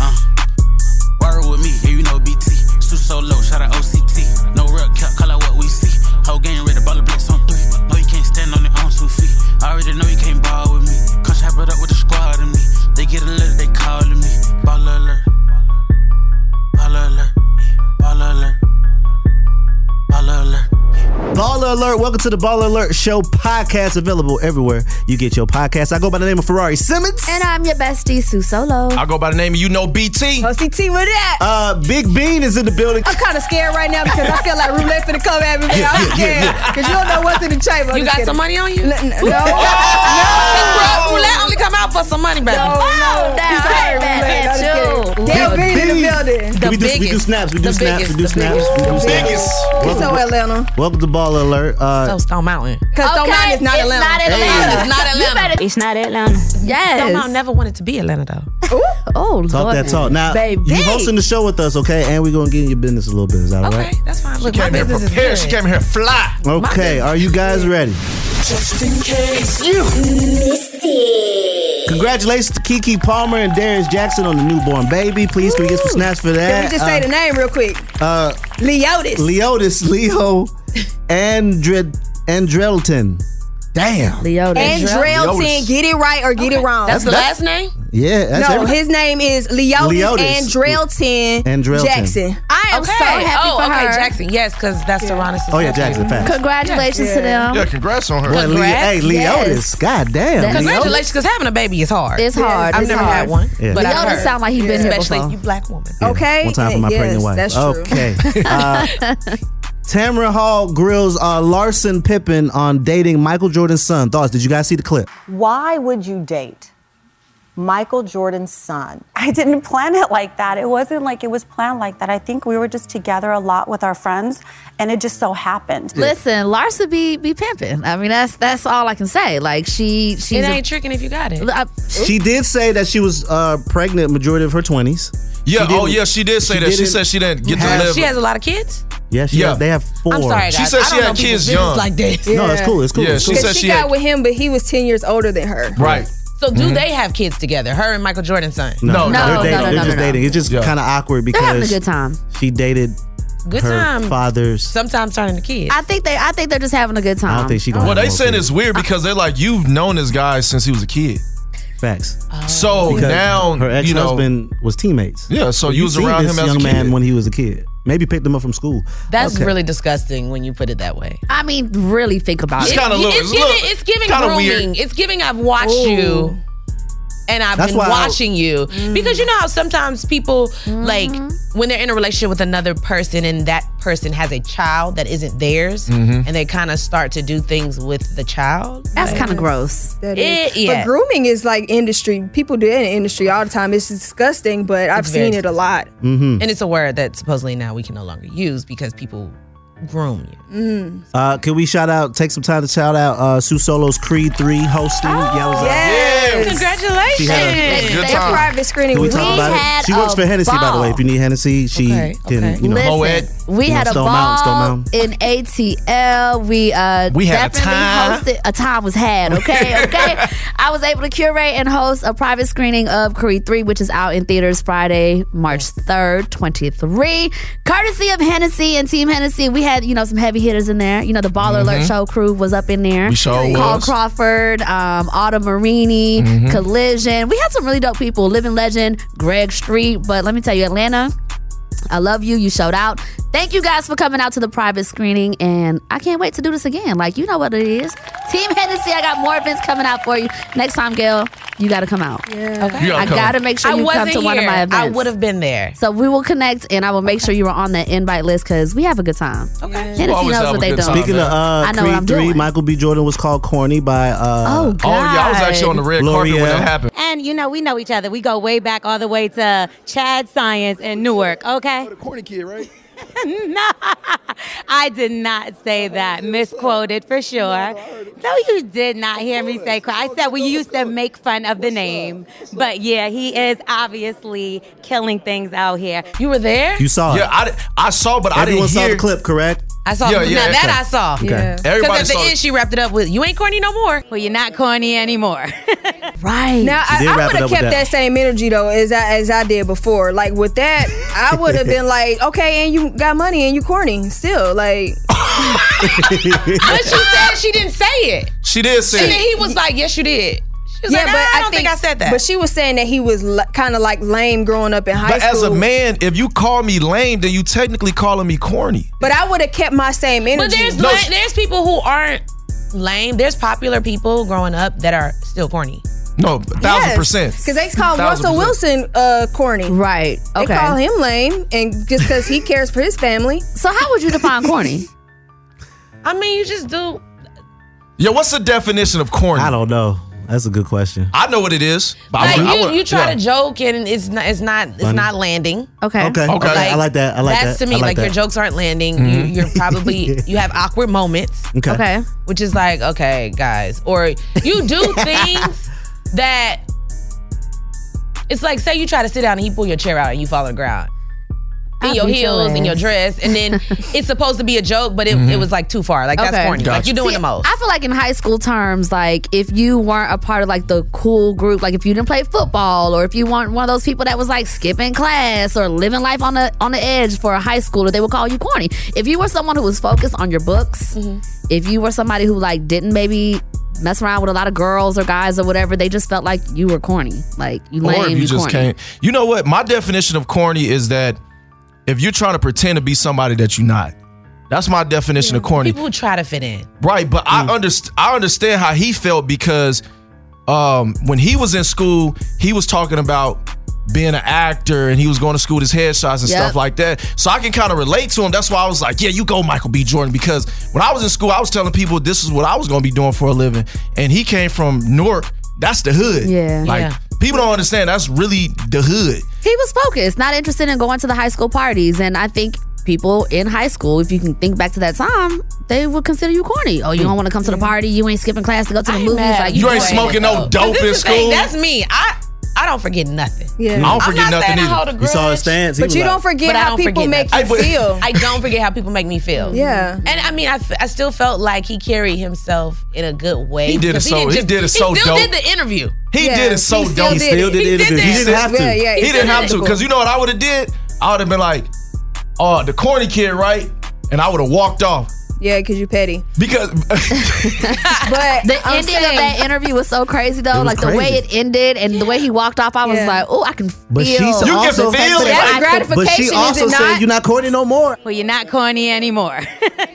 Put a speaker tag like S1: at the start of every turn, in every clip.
S1: Uh, word with me, yeah, you know BT. Sue so low, shout out OCT. No rep, cap, call out what we see. Whole game ready, ball of blitz on three. No, you can't stand on it on two feet. I already know you can't ball with me. Come chop it up with the squad and me. They get a letter, they calling me. Ball alert. Ball alert. Ball alert. Ball alert.
S2: Baller Alert, welcome to the Baller Alert Show podcast, available everywhere you get your podcast. I go by the name of Ferrari Simmons.
S3: And I'm your bestie, Sue Solo.
S4: I go by the name of you know BT.
S5: Oh,
S6: OCT with that.
S2: Uh, Big Bean is in the building.
S6: I'm kind of scared right now because I feel like roulette finna come at me. but
S2: Yeah,
S6: I'm
S2: yeah, yeah,
S6: scared because you don't know what's in the chamber.
S5: You got some money on you?
S6: No, no, no, no,
S5: Roulette only come out for some money, baby.
S3: Oh, that hurt bad at you.
S6: They'll be in the
S2: Big
S6: building.
S5: The
S2: we, do, we do
S5: biggest.
S2: snaps, we do
S5: The
S2: snaps, we do
S5: biggest, the
S2: snaps, we do
S5: biggest.
S2: snaps.
S6: He's so Atlanta.
S2: Welcome to Baller Alert. Uh,
S5: So Stone Mountain.
S6: Because Stone Mountain is not
S3: it's
S6: Atlanta.
S3: Not Atlanta.
S5: It's not Atlanta.
S7: It's not Atlanta.
S3: Yes.
S5: Stone Mountain never wanted to be Atlanta, though.
S3: oh, Lord.
S2: talk that talk. Now,
S6: Baby.
S2: you hosting the show with us, okay? And we're going to get in your business a little bit. Is that all
S5: Okay,
S2: right?
S5: that's fine. Look, my
S4: Came here
S5: business is
S4: prepared.
S5: good.
S4: She came here fly.
S2: Okay, are you guys ready? Congratulations to Kiki Palmer and Darius Jackson on the newborn baby. Please, can we get some snaps for that?
S6: Can we just say the name real quick?
S2: Uh,
S6: Leotis.
S2: Leotis, Leo, Andre, Andrelton. Damn.
S3: Leota.
S6: Andrelton.
S4: Leotis.
S6: Get it right or get it wrong.
S5: That's the last name?
S2: Yeah, that's
S6: no,
S2: everything.
S6: his name is Leotis,
S2: Leotis.
S6: Andrelton,
S2: Andrelton.
S6: Jackson.
S3: I am so happy
S5: oh,
S3: for
S5: okay,
S3: her.
S5: Jackson. Yes, because that's Serrano's.
S2: Oh, yeah, Jackson, fast.
S3: Congratulations to them.
S4: Yeah, congrats on her.
S2: Boy, Le-
S5: Congrats,
S2: hey,
S6: yes.
S2: Leotis. God damn. Leotis.
S5: Congratulations, because having a baby is hard.
S3: It's hard.
S5: I've
S3: it's
S5: never
S3: hard.
S5: had one,
S2: Yeah.
S5: but I've
S3: Leota
S5: heard.
S3: sound like he been here
S5: Especially
S3: before.
S5: you black woman.
S6: Okay.
S2: One time for my
S6: Yes,
S2: pregnant wife.
S6: That's true.
S2: Okay. Uh, Tamara Hall grills uh, Larson Pippen on dating Michael Jordan's son. Thoughts? Did you guys see the clip?
S8: Why would you date Michael Jordan's son? I didn't plan it like that. It wasn't like it was planned like that. I think we were just together a lot with our friends, and it just so happened.
S3: Listen, Larsa be be pimping. I mean, that's that's all I can say. Like she she's
S5: It
S3: a-
S5: ain't tricking if you got it.
S3: I-
S2: She did say that she was uh, pregnant majority of her twenties.
S4: Yeah,
S2: She
S4: oh
S2: didn't-
S4: yeah, she did say
S2: she
S4: that. She
S2: didn't
S4: said she didn't get to
S2: have-
S4: live.
S5: She has a lot of kids.
S2: Yeah, she
S4: Yeah.
S2: Have, they have 4
S5: I'm sorry, guys.
S4: She said
S5: I
S4: she
S5: don't
S4: had
S5: know people's
S4: kids
S5: business
S4: young.
S5: Like this.
S2: No, it's cool. It's cool.
S4: Yeah,
S2: it's
S4: she
S2: cool.
S4: said
S6: She,
S4: she
S6: got
S4: had.
S6: with him, but he was 10 years older than her.
S4: Right.
S5: So do
S2: Mm-hmm.
S5: they have kids together? Her and Michael Jordan's son.
S4: No,
S3: No,
S2: they're
S3: no,
S2: dating.
S3: no,
S2: they're
S3: no,
S2: just
S3: no.
S2: dating. It's just kind of awkward
S3: they're having a
S2: because
S3: good time.
S2: she dated
S5: Good
S2: her
S5: time.
S2: father's.
S5: Sometimes turning the kids.
S3: I think they I think they're just having a good time.
S2: I don't think she gonna.
S4: Well,
S2: have
S4: they
S2: no
S4: saying
S2: kids.
S4: it's weird because they're like, you've known this guy since he was a kid.
S2: facts.
S4: So
S5: Oh.
S2: Because
S4: Oh, now,
S2: her
S4: you know,
S2: ex-husband was teammates.
S4: Yeah, so you
S2: you
S4: was
S2: seen
S4: around
S2: this
S4: him as a
S2: young man
S4: kid.
S2: when he was a kid. Maybe picked him up from school.
S5: That's
S2: Okay.
S5: really disgusting when you put it that way.
S3: I mean, really think about
S4: It's
S3: it.
S4: got- kinda
S5: It's-
S4: little-
S5: it's,
S4: it's
S5: giving, it's giving
S4: little- kinda
S5: grooming.
S4: weird.
S5: It's giving I've watched you and I've
S2: That's
S5: been
S2: why I-
S5: watching you.
S3: Mm.
S5: Because you know how sometimes people like
S3: Mm-hmm.
S5: when they're in a relationship with another person and that person has a child that isn't theirs and they kind of start to do things with the child.
S3: That's kind of gross.
S6: That is.
S5: It- Eh, yeah.
S6: But grooming is like industry. People do it in the industry all the time. It's disgusting, but I've
S5: very
S6: seen it a lot.
S5: And it's a word that supposedly now we can no longer use because people groom you.
S6: Mm.
S2: Uh, can we shout out? Take some time to shout out uh, Sue Solo's Creed Three hosting.
S3: Oh,
S2: Yells out.
S6: Yes.
S5: Congratulations.
S2: She had a good
S6: Their
S2: time.
S6: private screening
S2: Can we
S6: was
S2: talk about it? She works for Hennessy, by the way. If you need Hennessy, she can. You know,
S3: Listen, we
S2: You know,
S3: had a
S2: Stone
S3: ball
S2: Mountain, Stone
S3: in
S2: Mountain.
S3: ATL. We uh,
S2: We had a
S3: definitely
S2: time.
S3: hosted. A time was had. Okay, okay. I was able to curate and host a private screening of Creed Three, which is out in theaters Friday, March third, twenty three. Courtesy of Hennessy and Team Hennessy, we had you know some heavy hitters in there. You know the Baller Alert
S2: Mm-hmm.
S7: Mhm.
S3: Show crew was up in there.
S7: We sure
S3: Carl
S7: was.
S3: Crawford, um, Autumn Marini,
S2: Mm-hmm.
S7: Mhm.
S3: Collision. We had some really dope people. Living Legend, Greg Street. But let me tell you, Atlanta. I love you. You showed out. Thank you guys for coming out to the private screening, and I can't wait to do this again. Like you know what it is, Team Hennessy. I got more events coming out for you next time, Gail. You got to come out.
S6: Yeah.
S5: Okay. You gotta
S3: I
S5: come.
S3: gotta make sure
S5: I
S3: you come
S5: wasn't
S3: to one of
S5: here.
S3: my
S5: I
S3: events.
S5: would've been there.
S3: So we will connect, and I will make sure you are on that invite list because we have a good time. Okay. Hennessy
S5: You always
S3: knows
S5: have
S3: what
S5: a
S3: they
S5: good
S3: do.
S5: time,
S2: Speaking of uh,
S3: I know what I'm
S2: Creed Three,
S3: doing.
S2: Michael B. Jordan was called corny by. Uh,
S3: Oh, God. Oh, yeah, I was actually on the
S4: red carpet when that happened.
S9: And you know, we know each other. We go way back all the way to Chad Science in Newark, okay? the corny kid, right? no, I did not say that. Misquoted for sure. No, you did not hear me say. cor- I said we used to make fun of the name, but yeah, he is obviously killing things out here.
S5: You were there?
S2: You saw
S4: Yeah, I, I saw, but I
S2: Everyone
S4: didn't
S2: saw the
S4: hear.
S2: clip, correct?
S5: I saw
S4: Yeah,
S5: now
S4: yeah,
S5: that
S4: okay.
S5: I saw.
S4: Okay.
S5: Because
S4: Everybody
S5: at the
S4: saw
S5: end
S4: it.
S5: she wrapped it up with, "You ain't corny no more."
S9: Well, you're not corny anymore.
S3: right.
S6: Now
S9: She
S6: I,
S9: did
S6: I
S9: wrap
S6: would have
S9: it up with
S6: kept that.
S9: that.
S6: same energy though, as I as I did before. Like with that, I would have been like, okay, and you got money and you corny still. Like
S5: But she said she didn't say it.
S4: She did
S5: And
S4: say
S5: then
S4: it.
S5: he was like, "Yes, you did." She was like, "Nah, I don't think, I said that."
S6: But she was saying that he was l- kind of like lame growing up in high
S4: But
S6: school.
S4: as a man, if you call me lame, then you technically calling me corny.
S6: But I would have kept my same energy.
S5: But there's la- there's people who aren't lame. There's popular people growing up that are still corny.
S4: No, a thousand percent.
S6: Because they call
S4: Thousand
S6: Russell
S4: percent.
S6: Wilson uh, corny.
S3: Right.
S6: They
S3: okay.
S6: call him lame, and just because he cares for his family.
S3: So how would you define corny?
S5: I mean, you just do.
S4: Yo, what's the definition of corny? I
S2: don't know. That's a good question.
S4: I know what it is. but I
S5: Like
S4: wouldn't- I
S5: you,
S4: wouldn't-
S5: you try
S4: yeah.
S5: to joke and it's not it's not it's
S4: Funny.
S5: not landing.
S3: Okay.
S2: Okay. Okay. I like that. I like
S5: that's
S2: that.
S5: to me
S2: I like
S5: like, your
S2: that.
S5: jokes aren't landing.
S4: Mm-hmm.
S2: Mhm.
S5: You, you're probably you have awkward moments.
S2: Okay. Okay.
S5: Which is like okay, guys, or you do things that it's like say you try to sit down and he pull your chair out and you fall on the ground.
S7: I
S5: In your
S7: beat your
S5: heels, in your
S7: ass.
S5: dress, and then it's supposed to be a joke, but it,
S7: Mhm.
S4: Mm-hmm.
S5: it was like too far. Like that's
S3: Okay.
S5: corny. Like you're doing
S3: See,
S5: the most.
S3: I feel like in high school terms, like if you weren't a part of like the cool group, like if you didn't play football or if you weren't one of those people that was like skipping class or living life on the on the edge for a high schooler, they would call you corny. If you were someone who was focused on your books,
S5: Mm-hmm.
S3: if you were somebody who like didn't maybe mess around with a lot of girls or guys or whatever, they just felt like you were corny. Like you lame,
S4: or if you, just
S3: corny.
S4: can't. You know what? My definition of corny is that if you're trying to pretend to be somebody that you're not. That's my definition of corny.
S5: People who try to fit in.
S4: Right, but I underst- I understand how he felt because um, when he was in school, he was talking about being an actor and he was going to school with his headshots and
S10: Yep.
S4: stuff like that. So I can kind of relate to him. That's why I was like, yeah, you go Michael B. Jordan because when I was in school, I was telling people this is what I was going to be doing for a living. And he came from Newark. That's the hood.
S3: Yeah.
S4: Like
S3: Yeah.
S4: people don't understand that's really the hood.
S3: He was focused, not interested in going to the high school parties. And I think people in high school, if you can think back to that time, they would consider you corny. Oh, you don't want to come to the party. You ain't skipping class to go to the movies.
S5: mad
S3: Like
S5: at you
S4: ain't smoking no dope
S5: 'Cause
S4: in
S5: this the thing,
S4: school.
S5: That's me. I I don't forget nothing.
S4: Yeah. I don't
S5: I'm not
S4: forget nothing
S5: saying I
S4: either.
S5: hold a
S2: You saw his
S5: grudge,
S2: stance. He was like-
S5: but I
S6: how
S5: don't
S6: people
S5: forget
S6: make
S5: nothing.
S6: you I- but- feel.
S5: I don't forget how people make me feel.
S6: Yeah.
S5: and I mean, I, f- I still felt like he carried himself in a good way.
S4: He did it
S5: because
S4: so-
S5: didn't
S4: he did it so
S5: He still
S4: dope.
S5: did the interview.
S4: He did it so dope.
S5: He still did it.
S4: He didn't have to.
S5: Yeah, yeah,
S4: he
S5: he
S4: didn't
S5: still
S4: have
S5: did
S4: to.
S5: it.
S4: Because you know what I would have did? I would have been like, oh, the corny kid, right? And I would have walked off.
S6: Yeah, because you petty.
S4: Because
S6: But
S3: the
S6: I'm
S3: ending of
S6: saying-
S3: that interview was so crazy,
S4: It
S3: though.
S4: was
S3: Like the way it ended and the way he walked off, I was like, oh, I can feel.
S2: But she
S3: the
S2: also
S3: fact
S2: but-
S3: that I could-
S2: But she also said you're not corny no more.
S9: Well, you're not corny anymore.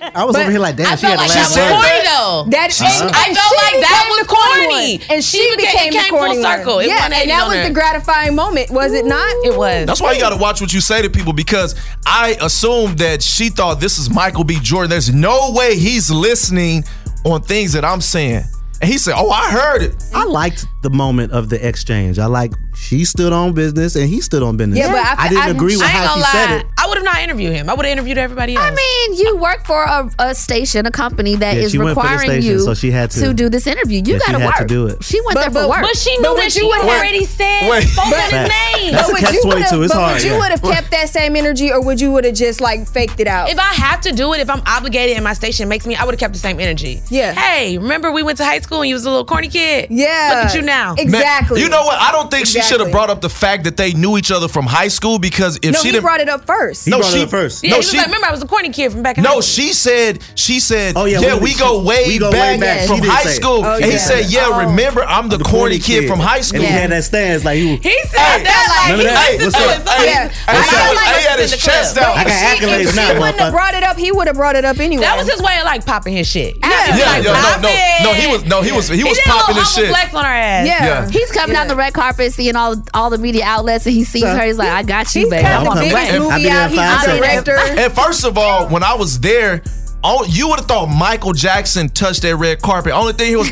S2: I was over here like, damn, she had the last word.
S5: though.
S6: That
S2: Uh-huh.
S6: and,
S5: I
S6: and
S5: felt
S6: she
S5: like that
S6: became
S5: was
S6: the corny
S5: corny.
S6: one. and
S5: She
S6: she,
S5: became-
S6: became,
S5: it came
S6: the
S5: full
S6: corny one.
S5: circle. It
S6: Yeah, and
S5: 180
S6: that
S5: on
S6: was
S5: her.
S6: the gratifying moment, was it not? It was.
S4: That's why you got to watch what you say to people because I assumed that she thought this is Michael B. Jordan. There's no way he's listening on things that I'm saying. And he said, oh, I heard it.
S2: I liked the moment of the exchange. I like she stood on business and he stood on business.
S5: Yeah, but I,
S2: didn't agree with
S5: I ain't
S2: how
S5: gonna
S2: she
S5: lie.
S2: said it.
S5: I would have not interviewed him. I would have interviewed everybody else.
S3: I mean, you work for a, a station, a company that
S2: Yeah,
S3: is
S2: she went for the
S3: requiring
S2: station,
S3: you
S2: so she had to.
S3: do this interview. You
S2: Yeah, she
S3: got to
S2: had
S3: work.
S2: to do it.
S3: She went there for work.
S9: But she knew that you had already said.
S2: Wait.
S9: spoke out
S2: Fact.
S9: his name.
S2: That's a catch
S6: you would've-
S2: 22. It's
S6: but
S2: hard,
S6: Would you
S2: yeah.
S6: would have kept that same energy, or would you would have just like faked it out?
S5: If I have to do it, if I'm obligated and my station makes me, I would have kept the same energy. Yeah. Hey, remember we went to high school and you was a little corny kid? Yeah. Look at you now.
S4: Man, you know what? I don't think she should have brought up the fact that they knew each other from high school because if
S5: No,
S4: she
S5: he
S4: didn't
S5: brought it up first. He
S4: No,
S5: brought it
S4: she
S5: up first. Yeah,
S4: no,
S5: he was
S4: she
S5: like, remember I was a corny kid from back in
S4: no, she said she said. Oh yeah,
S2: yeah, we-
S4: we, go
S2: we
S4: way
S2: go
S4: back,
S2: way back.
S4: from
S2: She did
S4: high
S2: say it.
S4: school.
S2: Oh,
S4: and he
S2: yeah.
S4: said, yeah, remember I'm the, corny, kid, from high school.
S2: And he had that stance like he was.
S5: He said that
S2: Remember that?
S4: Hey,
S2: What's
S4: hey,
S2: up?
S4: hey,
S2: Yeah.
S4: hey,
S2: What's
S4: so
S2: up?
S4: he had his chest out.
S2: I got accolades now, motherfucker.
S6: brought it up, he would have brought it up anyway.
S5: That was his way of like popping his shit.
S4: Yeah,
S5: He was
S4: yeah,
S5: like,
S4: yo, no,
S5: "Pop
S4: no,
S5: it."
S4: no, he was- no, he was- he was
S5: did a little
S4: popping his
S5: humble
S4: shit.
S5: flex on her ass.
S4: Yeah.
S3: He's coming down the red carpet, seeing all all the media outlets, and he sees her. He's like, "I got you, babe.
S4: got
S3: I'm
S4: the
S3: on the
S4: biggest
S3: way."
S4: movie I've been out. there in five
S3: I did
S4: seconds.
S3: it.
S4: And first of all, when I was there, all, you would have thought Michael Jackson touched that red carpet. Only thing he was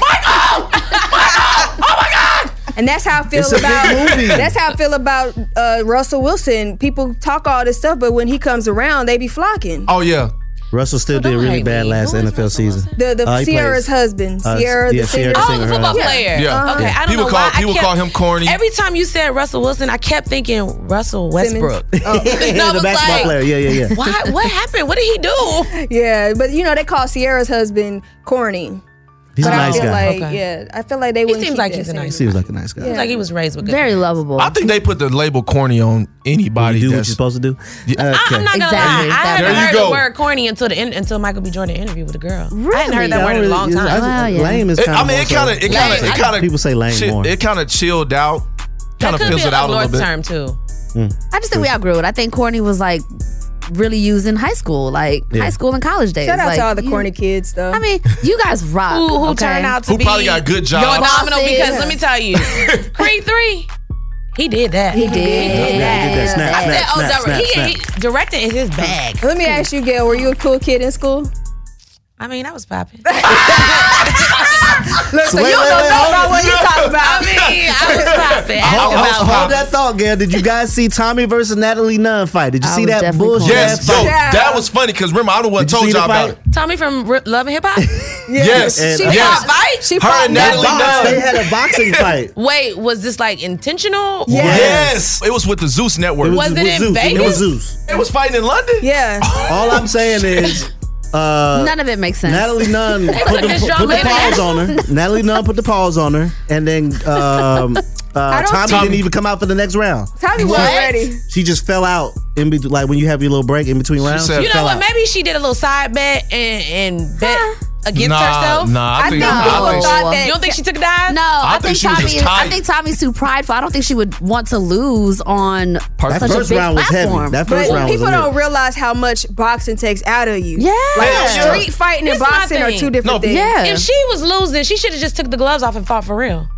S6: And that's how I feel
S4: It's a big
S6: about
S4: movie.
S6: that's how I feel about uh, Russell Wilson. People talk all this stuff, but when he comes around, they be flocking.
S4: Oh yeah.
S2: Russell still did really bad last NFL season.
S6: The the
S2: Uh, he
S6: Sierra's
S2: plays-
S6: husband,
S2: uh,
S6: Sierra
S2: yeah,
S6: the singer.
S2: Sierra the singer, her
S5: football
S2: husband.
S5: player.
S4: Yeah.
S5: Okay,
S4: Yeah.
S5: I don't
S4: People
S5: know
S4: call-
S5: why. I
S4: people
S5: kept-
S4: call him corny.
S5: Every time you said Russell Wilson, I kept thinking Russell Westbrook.
S6: Oh.
S5: And I
S2: the
S5: was
S2: basketball
S5: like,
S2: player. Yeah, yeah, yeah.
S5: Why, what happened? What did he do?
S6: Yeah, but you know they call Sierra's husband corny.
S2: He's a
S6: but I
S2: nice
S6: feel
S2: guy.
S6: like yeah, I feel like they wouldn't.
S5: seems
S6: keep
S5: like
S6: that
S5: he's a
S6: same-
S2: He seems like a nice guy.
S5: Like he was raised with good
S3: Very lovable.
S4: I think they put the label corny on anybody.
S2: You do what
S4: that's-
S2: you're supposed to do.
S5: I, am not gonna
S3: Exactly.
S5: lie. I
S4: There
S5: haven't
S4: you
S5: heard
S4: go.
S5: the word corny until the end, until Michael B. Jordan interview with a girl. I hadn't
S3: Really?
S5: heard that word in a long time.
S3: Wow, yeah.
S2: Lame is
S4: It-
S2: kind
S4: I mean, it kind of, it kind of, it kind of.
S2: People say lame
S4: shit,
S2: more.
S4: It kind of chilled out, kind
S5: That
S4: of
S5: could be
S4: fizzled
S5: a
S4: out a little
S5: North
S4: bit.
S5: term too.
S3: I just think we outgrew it. I think corny was like really used in high school, like
S2: Yeah.
S3: high school and college days.
S6: Shout out
S3: Like,
S6: to all the
S3: you-
S6: corny kids though.
S3: I mean, you guys rock.
S5: Who, who
S3: okay?
S5: turned out to
S4: Who
S5: be
S4: probably got good jobs.
S5: your domino?
S3: Bosses.
S5: Because let me tell you, Creed three, he did that.
S3: He did.
S2: Yeah, get that snap,
S5: I said,
S2: snap,
S5: oh,
S2: snap,
S5: direct-
S2: snap,
S5: he,
S2: snap.
S5: he- directing is his bag.
S6: Let me ask you, Gail, were you a cool kid in school?
S5: I mean, I was popping.
S6: Look, so
S2: Wait,
S6: you
S2: wait,
S6: don't
S2: wait,
S6: know
S2: hold
S6: about what you talking
S5: I
S6: about.
S5: mean, I was popping.
S2: Hold,
S5: Ask
S2: hold-
S5: about
S2: hold that thought, Gail. Did you guys see Tommy versus Natalie Nunn fight? Did you
S3: I
S2: see
S3: was
S2: that
S3: definitely
S2: bullshit?
S4: Yes,
S2: ass
S4: yo,
S2: fight?
S6: Yeah.
S4: that was funny because remember I don't want
S2: Did
S4: to told
S2: you see the
S4: y'all about it.
S2: fight?
S5: Tommy from R- Love and Hip Hop.
S2: Yes, and-
S6: she
S4: yes.
S6: fought, right? She
S4: Her
S6: fought
S4: and
S2: That
S6: that
S4: Natalie
S6: box.
S2: box,
S4: Nunn.
S2: They had a boxing fight.
S5: Wait, was this like intentional?
S6: Yeah.
S4: Yes.
S2: Yes.
S4: it was with the Zeus Network. It was,
S5: Was it in
S2: Zeus. It was
S5: Vegas?
S2: Zeus.
S4: fighting in London.
S6: Yeah.
S2: All I'm saying is, uh,
S3: None of it makes sense.
S2: Natalie Nunn put
S5: like a
S2: the,
S5: strong
S2: put the
S5: lady.
S2: paws on her. Natalie Nunn put the paws on her, and then um, uh,
S6: don't
S2: Tommy
S6: think-
S2: didn't even come out for the next round.
S6: Tommy wasn't ready.
S2: She just fell out in between, like when you have your little break in between rounds.
S4: said-
S2: she
S5: You know
S2: fell
S5: what?
S2: out.
S5: Maybe she did a little side bet and, and bet against
S4: nah,
S5: herself.
S4: Nah, I,
S6: I
S4: think,
S6: think
S4: I
S6: people
S4: think
S6: thought
S5: You
S6: that.
S5: don't think she took a dive?
S3: No, I,
S4: think
S3: think,
S4: she was
S3: Tommy.
S4: just tired.
S3: I think Tommy's too prideful. I don't think she would want to lose on
S2: That
S3: such a
S2: first
S3: big
S2: round was
S3: platform.
S2: heavy. That first
S6: But
S2: round was
S6: people
S2: a
S6: don't
S2: hit.
S6: realize how much boxing takes out of you.
S3: yeah,
S6: Like
S4: Yeah.
S6: street fighting and
S5: This is my
S6: boxing are
S5: thing.
S6: two
S4: No,
S6: different things.
S3: yeah.
S5: If she was losing, she should have just took the gloves off and fought for real.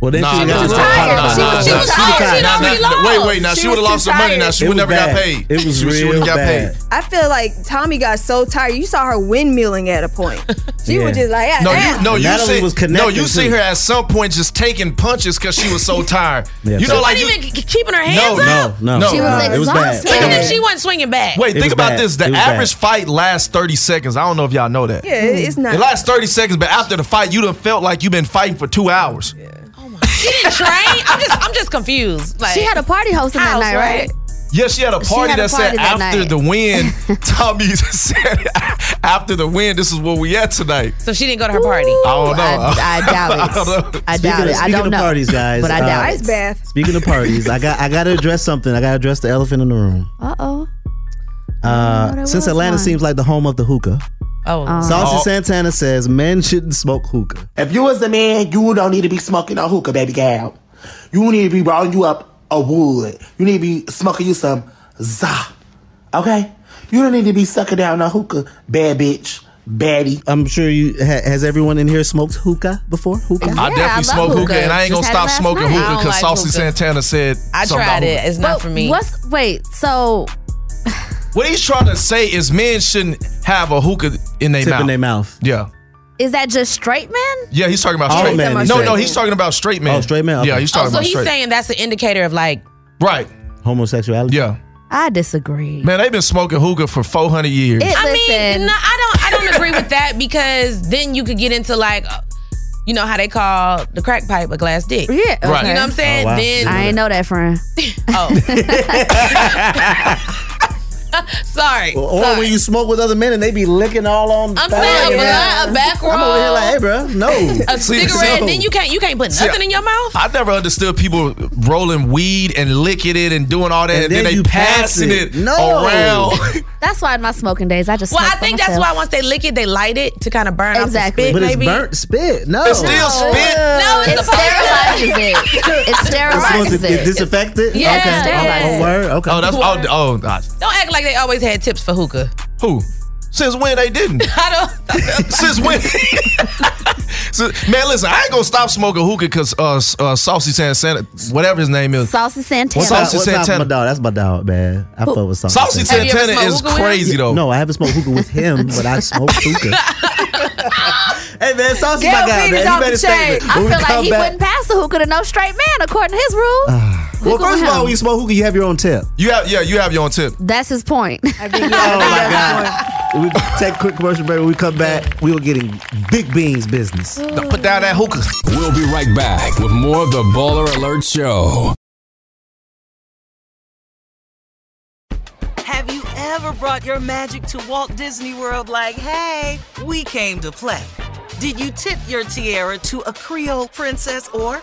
S2: Well, then
S4: Nah,
S2: she
S4: nah,
S2: got
S4: nah,
S2: to-
S4: nah, nah, nah,
S2: Nah, nah,
S4: nah,
S2: nah,
S4: nah,
S2: she
S4: nah,
S2: got-
S4: nah,
S5: already
S4: nah,
S5: lost.
S4: Wait, wait, now she
S6: She
S4: would have
S6: was
S4: lost
S6: too
S4: some money. Now
S6: tired.
S4: she
S2: It
S4: would
S2: was
S4: never got
S2: bad.
S4: paid.
S2: It was
S4: She would've
S2: real
S4: got
S2: bad.
S4: paid.
S6: I feel like Tommy got so tired. You saw her windmilling at a point. She
S2: Yeah.
S6: was just like, ah,
S4: No,
S6: damn.
S4: you no, you
S2: Natalie
S4: see,
S2: was
S4: no,
S2: connected,
S4: you see
S2: too.
S4: her at some point just taking punches because she was so tired.
S2: Yeah,
S4: you
S2: so-
S4: know, like
S5: Not
S4: you,
S5: even k- keeping her hands
S4: No,
S5: up.
S4: No,
S2: No, no,
S4: She was
S2: no, it was bad.
S3: exhausted.
S5: Even if
S3: Yeah.
S5: she wasn't swinging back.
S4: Wait,
S2: It
S4: think
S2: was
S4: about
S2: bad.
S4: this. The
S2: It was
S4: average
S2: bad.
S4: fight lasts 30 seconds. I don't know if y'all know that.
S6: Yeah, it- it's not.
S4: It lasts 30 seconds, but after the fight, you done felt like you've been fighting for two hours. Yeah,
S5: she didn't train. I'm just, I'm just confused. Like,
S3: she had a party hosting
S5: house,
S3: that night, right?
S4: she had a party
S3: had a
S4: that
S3: party
S4: said
S3: that
S4: after
S3: night.
S4: the win, Tommy said after the win, this is where we at tonight.
S5: So she didn't go to her party.
S4: I don't know.
S3: I, I
S4: I don't
S3: doubt
S4: know.
S3: it. I
S2: Speaking
S3: doubt
S2: of-
S3: it. I
S2: speaking
S3: don't
S2: of
S3: know.
S2: parties, guys,
S3: but I
S2: uh,
S3: doubt
S6: Ice
S3: it.
S6: bath.
S2: Speaking of parties, I got I got to address something. I got to address the elephant in the room.
S3: Uh oh.
S2: Uh, since Atlanta seems like the home of the hookah,
S5: Oh,
S3: Uh,
S2: Saucy
S4: Oh.
S2: Santana says men shouldn't smoke hookah.
S7: If you was a man, you don't need to be smoking a hookah, baby gal. You need to be rolling you up a wood. You need to be smoking you some za. Okay? You don't need to be sucking down a hookah, bad bitch, baddie.
S2: I'm sure you ha- has everyone in here smoked hookah before? Hookah.
S4: I
S3: I love
S4: definitely smoke hookah,
S3: hookah.
S4: and I ain't
S3: Just
S4: gonna
S3: had it
S4: stop
S3: last
S4: smoking
S3: night. I
S4: hookah
S5: don't
S4: because
S5: like
S4: Saucy
S5: hookah.
S4: Santana said
S5: I
S4: something
S5: tried
S4: about
S5: it.
S4: hookah.
S5: It's not
S3: But
S5: for me.
S3: What's wait? So
S4: What he's trying to say is men shouldn't have a hookah in their
S2: Tip in
S4: mouth.
S2: their mouth.
S4: Yeah.
S3: Is that just straight men?
S4: Yeah, he's talking about
S2: All
S4: straight
S2: men
S4: men.
S2: is
S4: No,
S2: straight.
S4: no, he's talking about straight men. Oh, straight
S2: men.
S4: Yeah, he's
S5: Oh,
S4: talking
S5: so
S4: about
S5: he's
S4: straight.
S5: saying that's an indicator of like
S4: right.
S2: Homosexuality.
S4: Yeah.
S3: I disagree.
S4: Man, they've been smoking hookah for 400 years.
S5: I mean, no, I don't. I don't agree with that because then you could get into like, uh, you know how they call the crack pipe a glass dick.
S3: Yeah,
S5: You know what I'm
S2: Oh,
S5: saying? Then Oh.
S3: I ain't know that, friend.
S5: Sorry.
S2: Or when you smoke with other men and they be licking all on.
S5: I'm saying a blunt, a back
S2: I'm over here
S5: roll.
S2: like, hey, bro, no.
S5: a
S4: See,
S5: cigarette,
S4: so-
S5: then you can't you can't put
S4: See,
S5: nothing in your mouth.
S4: I never understood people rolling weed and licking it and doing all that, and, then, they passing it, around.
S3: That's why in my smoking days, I just.
S5: Well,
S3: smoked
S5: I think
S3: by
S5: that's
S3: myself.
S5: why once they lick it, they light it to kind of burn off the
S3: Exactly.
S5: spit.
S3: But it's
S5: maybe.
S3: burnt
S2: spit. No,
S5: it's still spit. No, it's
S3: it
S5: a
S3: sterilizes it. It
S2: It's supposed
S3: sterilizes
S2: to get
S3: it.
S2: disinfected.
S5: Yeah.
S2: Okay.
S5: Sterilized.
S2: Oh, word. Okay.
S4: Oh, that's oh, oh nah.
S5: Don't act like they always had tips for hookah.
S4: who? Since when they didn't?
S5: I
S4: Since when? So, man, listen, I ain't gonna stop smoking hookah because uh, s- uh, Saucy Santana, whatever his name is,
S3: Saucy Santana.
S4: What's up?
S2: Saucy
S4: What's up,
S2: Santana.
S4: my
S2: My dog. That's my dog, man. I fuck with Saucy.
S4: Saucy Santana is crazy though.
S2: No, I haven't smoked hookah with him, but I smoked hookah. hey man, Saucy,
S3: Gail
S2: my guy,
S3: Peters
S2: man.
S3: off
S2: You better
S3: the
S2: stay.
S3: chain. I feel like he wouldn't pass the hookah to no straight man, according to his rule.
S2: Ah. Well,
S3: Hookah
S2: first of
S3: with
S2: all,
S3: him.
S2: when you smoke hookah, you have your own tip.
S4: You have yeah, you have your own tip.
S3: That's his point.
S2: Oh, We take a quick commercial break. When we come back, we were getting big beans business.
S4: put down that hookah.
S10: We'll be right back with more of the Baller Alert Show.
S11: Have you ever brought your magic to Walt Disney World like, hey, we came to play? Did you tip your tiara to a Creole princess or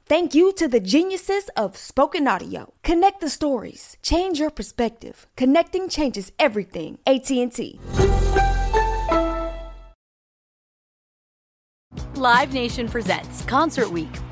S12: Thank you to the geniuses of spoken audio. Connect the stories. Change your perspective. Connecting changes everything. AT&T.
S13: Live Nation presents Concert Week.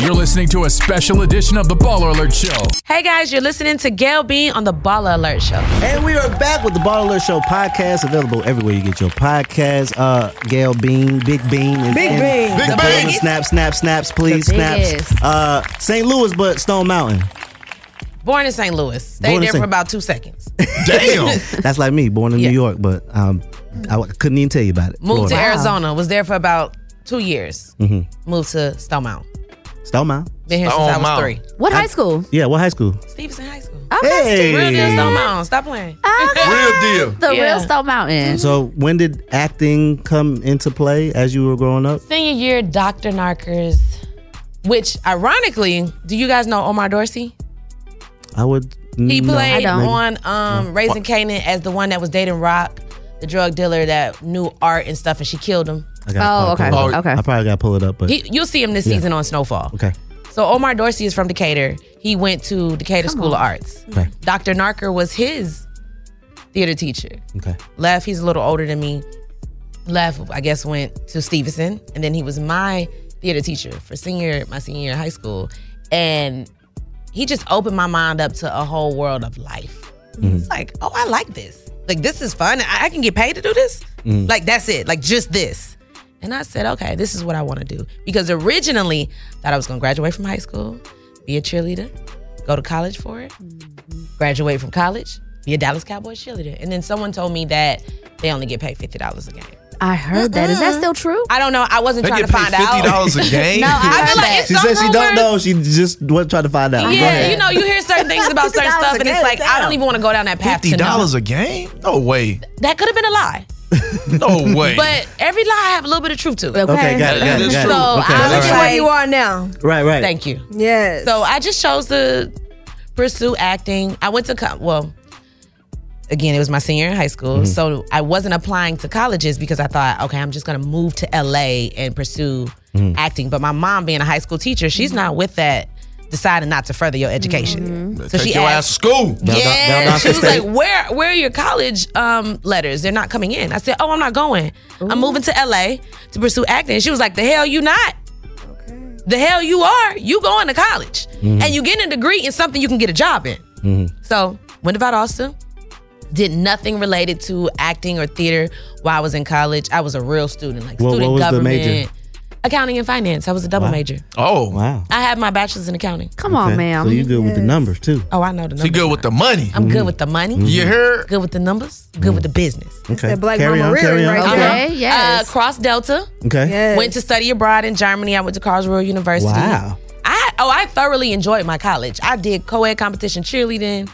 S10: You're listening to a special edition of the Baller Alert Show.
S5: Hey guys, you're listening to Gail Bean on the Baller Alert Show.
S2: And we are back with the Baller Alert Show podcast, available everywhere you get your podcast. Uh, Gail Bean, Big Bean, is
S6: Big
S2: in
S6: Bean. Big
S2: the building.
S6: Bean.
S2: Snap, snap, snaps, please,
S5: The
S2: snaps.
S5: biggest.
S2: Uh, St. Louis, but Stone Mountain.
S5: Born in St. Louis, stayed
S2: Born in
S5: there for
S2: St-
S5: about two seconds.
S2: That's like me, born in New York, but um, I w- couldn't even tell you about it.
S5: Moved to
S2: Florida.
S5: Arizona, was there for about two years.
S2: Mhm.
S5: Moved to Stone Mountain.
S2: Stone Mountain.
S5: Been here since I was three.
S3: What high school?
S2: Yeah, what high school?
S5: Stevenson High School.
S2: Hey.
S5: Real deal Stone Mountain. Stop playing.
S4: Real deal.
S3: Ah, The real Stone Mountain.
S2: So when did acting come into play as you were growing up?
S5: Senior year, Dr. Narkers, which ironically, do you guys know Omar Dorsey?
S2: I would.
S5: He
S2: no,
S5: played
S2: maybe.
S5: on um, Raising
S2: What?
S5: Canaan as the one that was dating Rock, the drug dealer that knew art and stuff, and she killed him.
S2: I
S3: Oh,
S2: gotta probably pull it up. I probably got to pull it up, but
S5: He, you'll see him this
S2: Yeah.
S5: season on Snowfall.
S2: okay.
S5: So Omar Dorsey is from Decatur. He went to Decatur School of Arts.
S2: Okay.
S5: Dr. Narker was his theater teacher.
S2: Okay.
S5: Left, he's a little older than me. Left, I guess, went to Stevenson, and then he was my theater teacher for senior my senior year of high school, and he just opened my mind up to a whole world of life. It's like, oh, I like this. Like this is fun. I, I can get paid to do this.
S4: Mm.
S14: Mhm.
S5: Like that's it. Like just this. And I said, okay, this is what I want to do because originally thought I was gonna graduate from high school, be a cheerleader, go to college for it, graduate from college, be a Dallas Cowboys cheerleader. And then someone told me that they only get paid fifty dollars a game.
S3: I heard that. Is that still true?
S5: I don't know. I wasn't
S3: They
S5: trying
S3: get
S5: to
S3: paid
S5: find out.
S2: $50 a game?
S5: no, I feel like it's
S2: she
S5: some
S2: said she
S5: rumors.
S2: don't know. She just wasn't trying to find out. Go
S5: Yeah,
S2: ahead.
S5: you know, you hear certain things about certain
S2: $50
S5: stuff, and it's
S2: a
S5: like I don't even want to go down that path.
S4: Fifty
S5: to know.
S4: dollars a game? No way.
S5: That could have been a lie.
S4: No way.
S5: But every lie have a little bit of truth to it.
S4: Okay, Okay, got it, got it, got
S5: So
S4: it. Okay,
S5: I
S4: all
S5: look
S4: right.
S5: at where you are now.
S2: Right, right.
S5: Thank you.
S6: Yes.
S5: So I just chose to pursue acting. I went to co- well, again, it was my senior in high school,
S4: Mm-hmm.
S3: Mhm.
S5: so I wasn't applying to colleges because I thought, okay, I'm just gonna move to LA and pursue
S3: Mhm.
S4: Mm-hmm.
S5: acting. But my mom, being a high school teacher, she's not with that. Deciding not to further your education, so
S4: Take
S5: she
S4: your
S5: asked,
S4: ass to school. Down- down-
S5: yeah,
S4: down Dawson
S5: she was
S4: State.
S5: like, "Where, where are your college um, letters? They're not coming in." I said, "Oh, I'm not going. I'm moving to LA to pursue acting." And she was like, "The hell you not? The hell you are? You going to college
S2: Mm-hmm.
S3: Mhm.
S5: and you getting a degree in something you can get a job in." So went to Valdosta, did nothing related to acting or theater while I was in college. I was a real student, like
S2: What- what
S5: student
S2: was the
S5: government,
S2: major?
S5: accounting and finance. I was a double major.
S4: Oh
S2: wow.
S5: I had my bachelor's in accounting. Come
S2: Okay. So you good with the numbers too?
S5: Oh, I know the numbers.
S4: She good with the money.
S5: I'm good with the money.
S4: Mhm. You hear?
S5: Good with the numbers. Good with the business.
S2: Okay. that Black Carry Mama on, Riri carry on. right there.
S5: Okay. Yes. Uh, cross Delta.
S2: Okay. Yes.
S5: Went to study abroad in Germany. I went to Karlsruhe University.
S2: Wow.
S5: I oh I thoroughly enjoyed my college. I did co-ed competition cheerleading.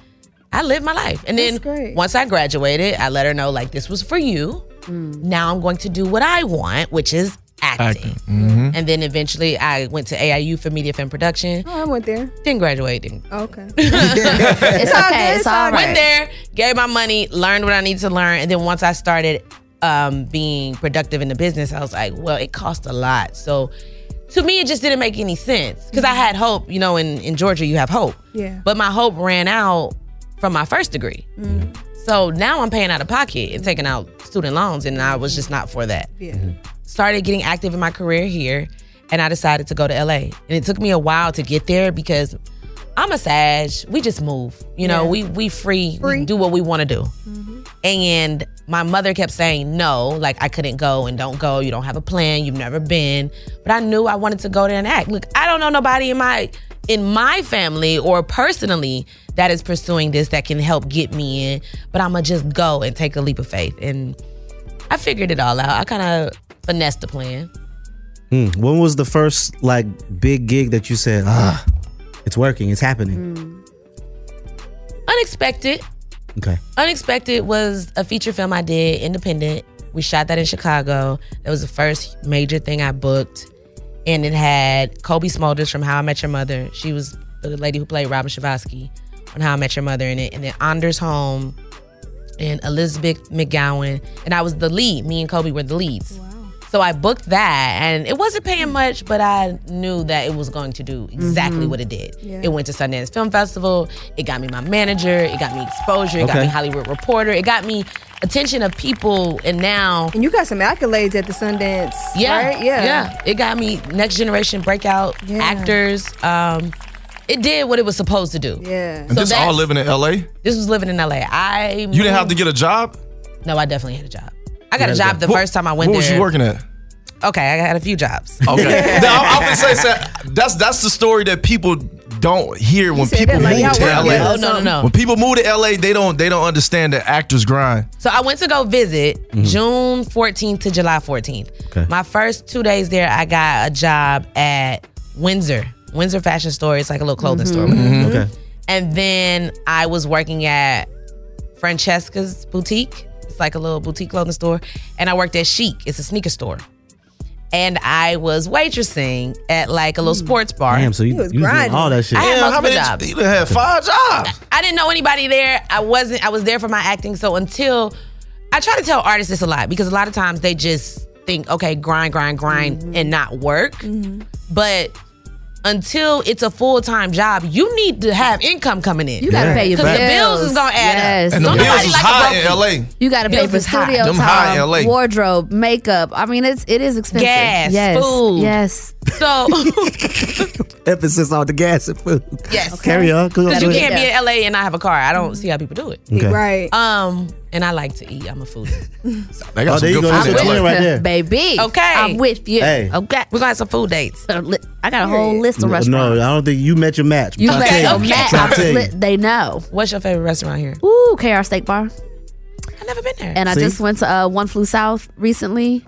S5: I lived my life. And then once I graduated, I let her know like this was for you.
S2: Mm.
S5: Now I'm going to do what I want, which is acting.
S4: Mm-hmm.
S5: And then eventually I went to AIU for media film production.
S6: Oh, I went there.
S5: Didn't graduate, didn't
S6: Okay.
S5: it's
S6: all okay, good, it's all all right.
S5: Went there, gave my money, learned what I need to learn, and then once I started um, being productive in the business, I was like, well, it cost a lot. So to me, it just didn't make any sense because I had hope. You know, in in Georgia, you have hope,
S6: Yeah.
S5: but my hope ran out from my first degree. So now I'm paying out of pocket and taking out student loans, and I was just not for that.
S6: Yeah.
S5: Started getting active in my career here, and I decided to go to LA. And it took me a while to get there because I'm a Sag. We just move. You know,
S3: Yeah.
S5: we we free, We do what we want to do. And my mother kept saying no, like I couldn't go and don't go. You don't have a plan. You've never been. But I knew I wanted to go there and act. Look, I don't know nobody in my in my family or personally that is pursuing this that can help get me in. But I'ma just go and take a leap of faith. And I figured it all out. I kind of finessed the plan.
S2: Mm. When was the first like big gig that you said, ah, it's working, it's happening?
S5: Hmm. Unexpected.
S2: Okay.
S5: Unexpected was a feature film I did, independent. We shot that in Chicago. That was the first major thing I booked. And it had Kobe Smulders from How I Met Your Mother. She was the lady who played Robin Shavosky on How I Met Your Mother in it. And then Anders Holm and Elizabeth McGowan. And I was the lead. Me and Kobe were the leads. So I booked that and it wasn't paying much, but I knew that it was going to do exactly
S3: Mhm.
S5: what it did.
S3: Yeah.
S5: It went to Sundance Film Festival. It got me my manager. It got me exposure. It got
S6: Okay.
S5: me Hollywood Reporter. It got me attention of people. And now,
S6: And you got some accolades at the Sundance.
S5: yeah,
S6: Right?
S5: yeah, it got me next generation breakout actors. Um, it did what it was supposed to do.
S6: Yeah.
S4: And this all living in LA? You
S5: This was living in LA. I you
S4: didn't have to get a job?
S5: No, I definitely had a job. I got
S4: You
S5: a
S4: had
S5: job the
S4: What-
S5: first time I went there.
S4: What was you working at?
S5: Okay, I had a few jobs.
S4: Okay. no, I, I would say so, that's that's the story that people don't hear when
S5: said
S4: people
S5: that like
S4: move
S5: y'all
S4: to
S5: work
S4: LA.
S5: together or Oh, No, no, no.
S4: When people move to LA, they don't they don't understand the actors grind.
S5: So I went to go visit
S2: Mm-hmm.
S4: Mhm.
S5: June 14th to July 14th.
S4: Okay.
S5: My first two days there, I got a job at Windsor, Windsor Fashion Store. It's like a little clothing store.
S2: Mm-hmm. Okay.
S5: And then I was working at Francesca's boutique. It's like a little boutique clothing store. And I worked at Chic. It's a sneaker store. And I was waitressing at like a little sports bar.
S2: Damn, so Mm. you, you doing all that shit.
S5: I had multiple jobs.
S4: You done had five jobs.
S5: I didn't know anybody there. I wasn't. I was there for my acting. So until I try to tell artists this a lot because a lot of times they just think, okay, grind, grind, grind, and not work. But until it's a full time job, you need to have income coming in.
S3: You gotta Yeah. pay your
S5: 'Cause The
S3: bills.
S5: bills is gonna add
S3: Yes.
S5: up.
S3: And the
S5: Don't
S3: bills
S5: nobody
S3: is
S5: like a
S2: Ah,
S3: high
S5: broke
S3: in
S5: kid.
S3: LA. You gotta pay
S5: Bills
S3: for
S5: is high.
S3: studio
S5: Them
S3: time,
S5: high in LA.
S3: wardrobe, makeup. I mean, it's it is expensive.
S5: Gas,
S3: yes,
S5: food.
S3: yes.
S5: So
S2: Emphasis on the gas and food.
S5: yes,
S2: Carry on. Go
S5: Because you
S2: ahead.
S5: can't be in LA and not have a car. I don't see how people do it.
S2: Okay.
S6: Right.
S5: Um, and I like to eat. I'm a foodie.
S4: They got
S2: Oh,
S4: some
S2: there you
S4: good
S2: go. That's
S4: food
S2: a
S4: in LA.
S2: twin right there.
S3: baby.
S5: Okay,
S3: I'm with you.
S2: Hey.
S3: Okay,
S5: we're gonna have some food dates.
S3: I got a whole list
S2: No,
S3: of restaurants.
S2: No, I don't think you met your match.
S3: You
S2: I'll
S3: better
S2: tell
S3: go
S2: you.
S3: Matt.
S2: I'll tell you.
S3: Outlet, They know.
S5: What's your favorite restaurant here?
S3: Ooh, KR Steak Bar.
S5: I've never been there.
S3: And I
S2: See?
S3: just went to uh, One Flew South recently.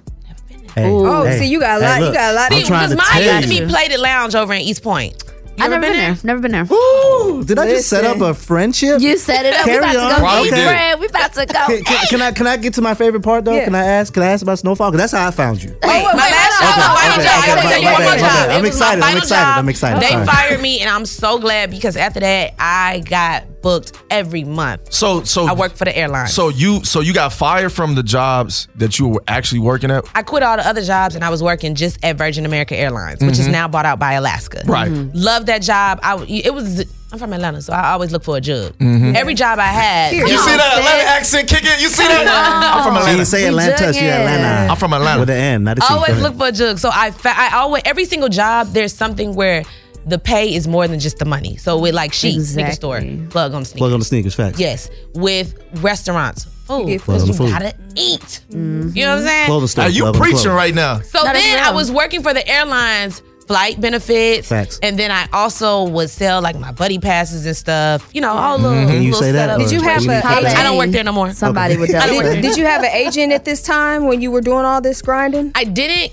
S2: Hey,
S3: Ooh.
S6: Oh,
S2: hey. Hey, look, I'm
S5: See, because
S2: trying to
S5: mine
S2: tell
S5: used to
S2: you.
S5: be played at lounge over in East Point. You
S3: I've never
S5: ever
S3: been, there. Never been there.
S2: Ooh, Did I just set up a friendship?
S3: You set it up.
S2: Carry
S3: we about
S2: on.
S3: to go eat
S2: Okay.
S3: bread. We about to go.
S2: Can, can- can I can I get to my favorite part though? Can I ask? Can I ask about Snowfall? 'Cause that's how I found you.
S5: Wait, my last job, my final
S2: okay,
S5: job. I
S2: okay,
S5: gotta
S2: my
S5: tell you
S2: bad,
S5: one
S2: my
S5: more
S2: bad.
S5: job.
S2: I'm
S5: It was my
S2: excited, I'm
S5: final
S2: excited,
S5: job.
S2: I'm excited,
S5: They
S2: sorry.
S5: fired me, and I'm so glad because after that, I got booked every month.
S4: So, so
S5: I worked for the airline.
S4: So you so you got fired from the jobs that you were actually working at.
S5: I quit all the other jobs and I was working just at Virgin America Airlines, which is
S4: Mhm.
S5: now bought out by Alaska.
S4: Right.
S3: Mm-hmm.
S4: Mhm.
S5: Love that job. I it was I'm from Atlanta, so I always look for a jug.
S4: Mhm.
S5: Every job I had.
S4: You see that Atlanta accent kick it? You see that? I'm from Atlanta.
S2: She didn't say Atlanta. She Atlanta. I'm
S4: from Atlanta.
S2: With an N, not a T. Go
S5: always
S2: ahead.
S5: Oh, look for a jug. So I, fa- I always every single job there's something where the pay is more than just the money. So with like sheets, sneaker store, plug on sneakers.
S2: Plug on the sneakers. Facts.
S5: Yes, with restaurants, food.
S2: get
S5: Because
S2: food. Mm-hmm.
S5: you
S2: Food.
S5: gotta eat. You know what I'm saying?
S2: Clothing store.
S4: Are you
S2: Clothing,
S4: preaching
S2: clothing.
S4: right now?
S5: So then I was working for the airlines flight benefits.
S2: Facts.
S5: And then I also would sell like my buddy passes and stuff. You know, all little,
S2: Mhm. Can you
S5: little
S2: say that,
S5: setup.
S2: or Did you do have we a- need to cut that?
S5: I don't work there no more.
S3: Somebody
S5: Okay.
S3: would
S5: I don't work
S6: Did,
S5: there.
S6: did you have an agent at this time when you were doing all this grinding?
S5: I didn't.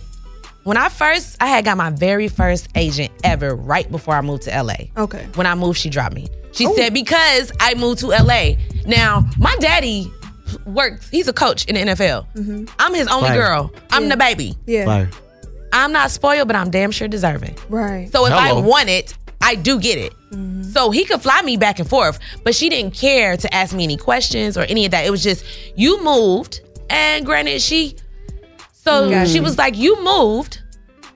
S5: When I first, I had got my very first agent ever right before I moved to LA.
S6: Okay. Oh.
S5: When I moved, she dropped me. She said, because I moved to LA. Now, my daddy works, he's a coach in the NFL. I'm his only
S2: Fire.
S5: girl. I'm the baby.
S6: Mm-hmm. Yeah.
S2: Fire.
S5: I'm not spoiled, but I'm damn sure deserving.
S6: Right.
S5: So if
S2: Hello.
S5: I want it, I do get it. So he could fly me back and forth, but she didn't care to ask me any questions or any of that. It was just, you moved. And granted, she, so
S6: Got
S5: she
S6: you.
S5: was like, you moved.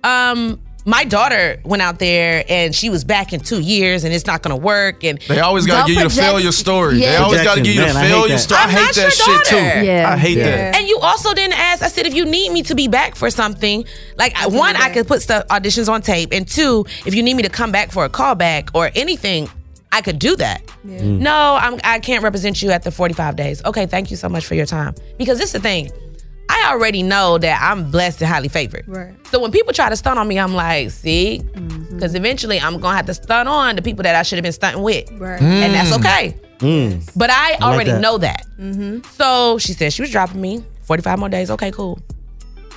S5: Um, my daughter went out there and she was back in two years and it's not gonna work. And
S4: They always gotta
S5: Don't
S4: give you the
S5: project-
S4: failure story. They always gotta give you the
S2: Man, I hate
S4: failure
S2: that.
S4: story. I
S2: I'm
S4: hate
S2: not
S4: that
S5: your
S4: shit
S5: daughter.
S4: too. I hate that.
S5: And you also didn't ask. I said, if you need me to be back for something, like I- one, I could put stuff auditions on tape, and two, if you need me to come back for a callback or anything, I could do that.
S6: Mm-hmm.
S14: Mm.
S5: No, I'm, I can't represent you at the 45 days. Okay, thank you so much for your time. Because this is the thing, I already know that I'm blessed and highly favored.
S6: Right.
S5: So when people try to stunt on me, I'm like, see, because eventually I'm gonna have to stunt on the people that I should have been stunting with,
S6: Right.
S5: and that's okay.
S2: Mm.
S5: But I,
S2: like
S5: already
S2: that.
S5: know that. So she said she was dropping me 45 more days. Okay, cool.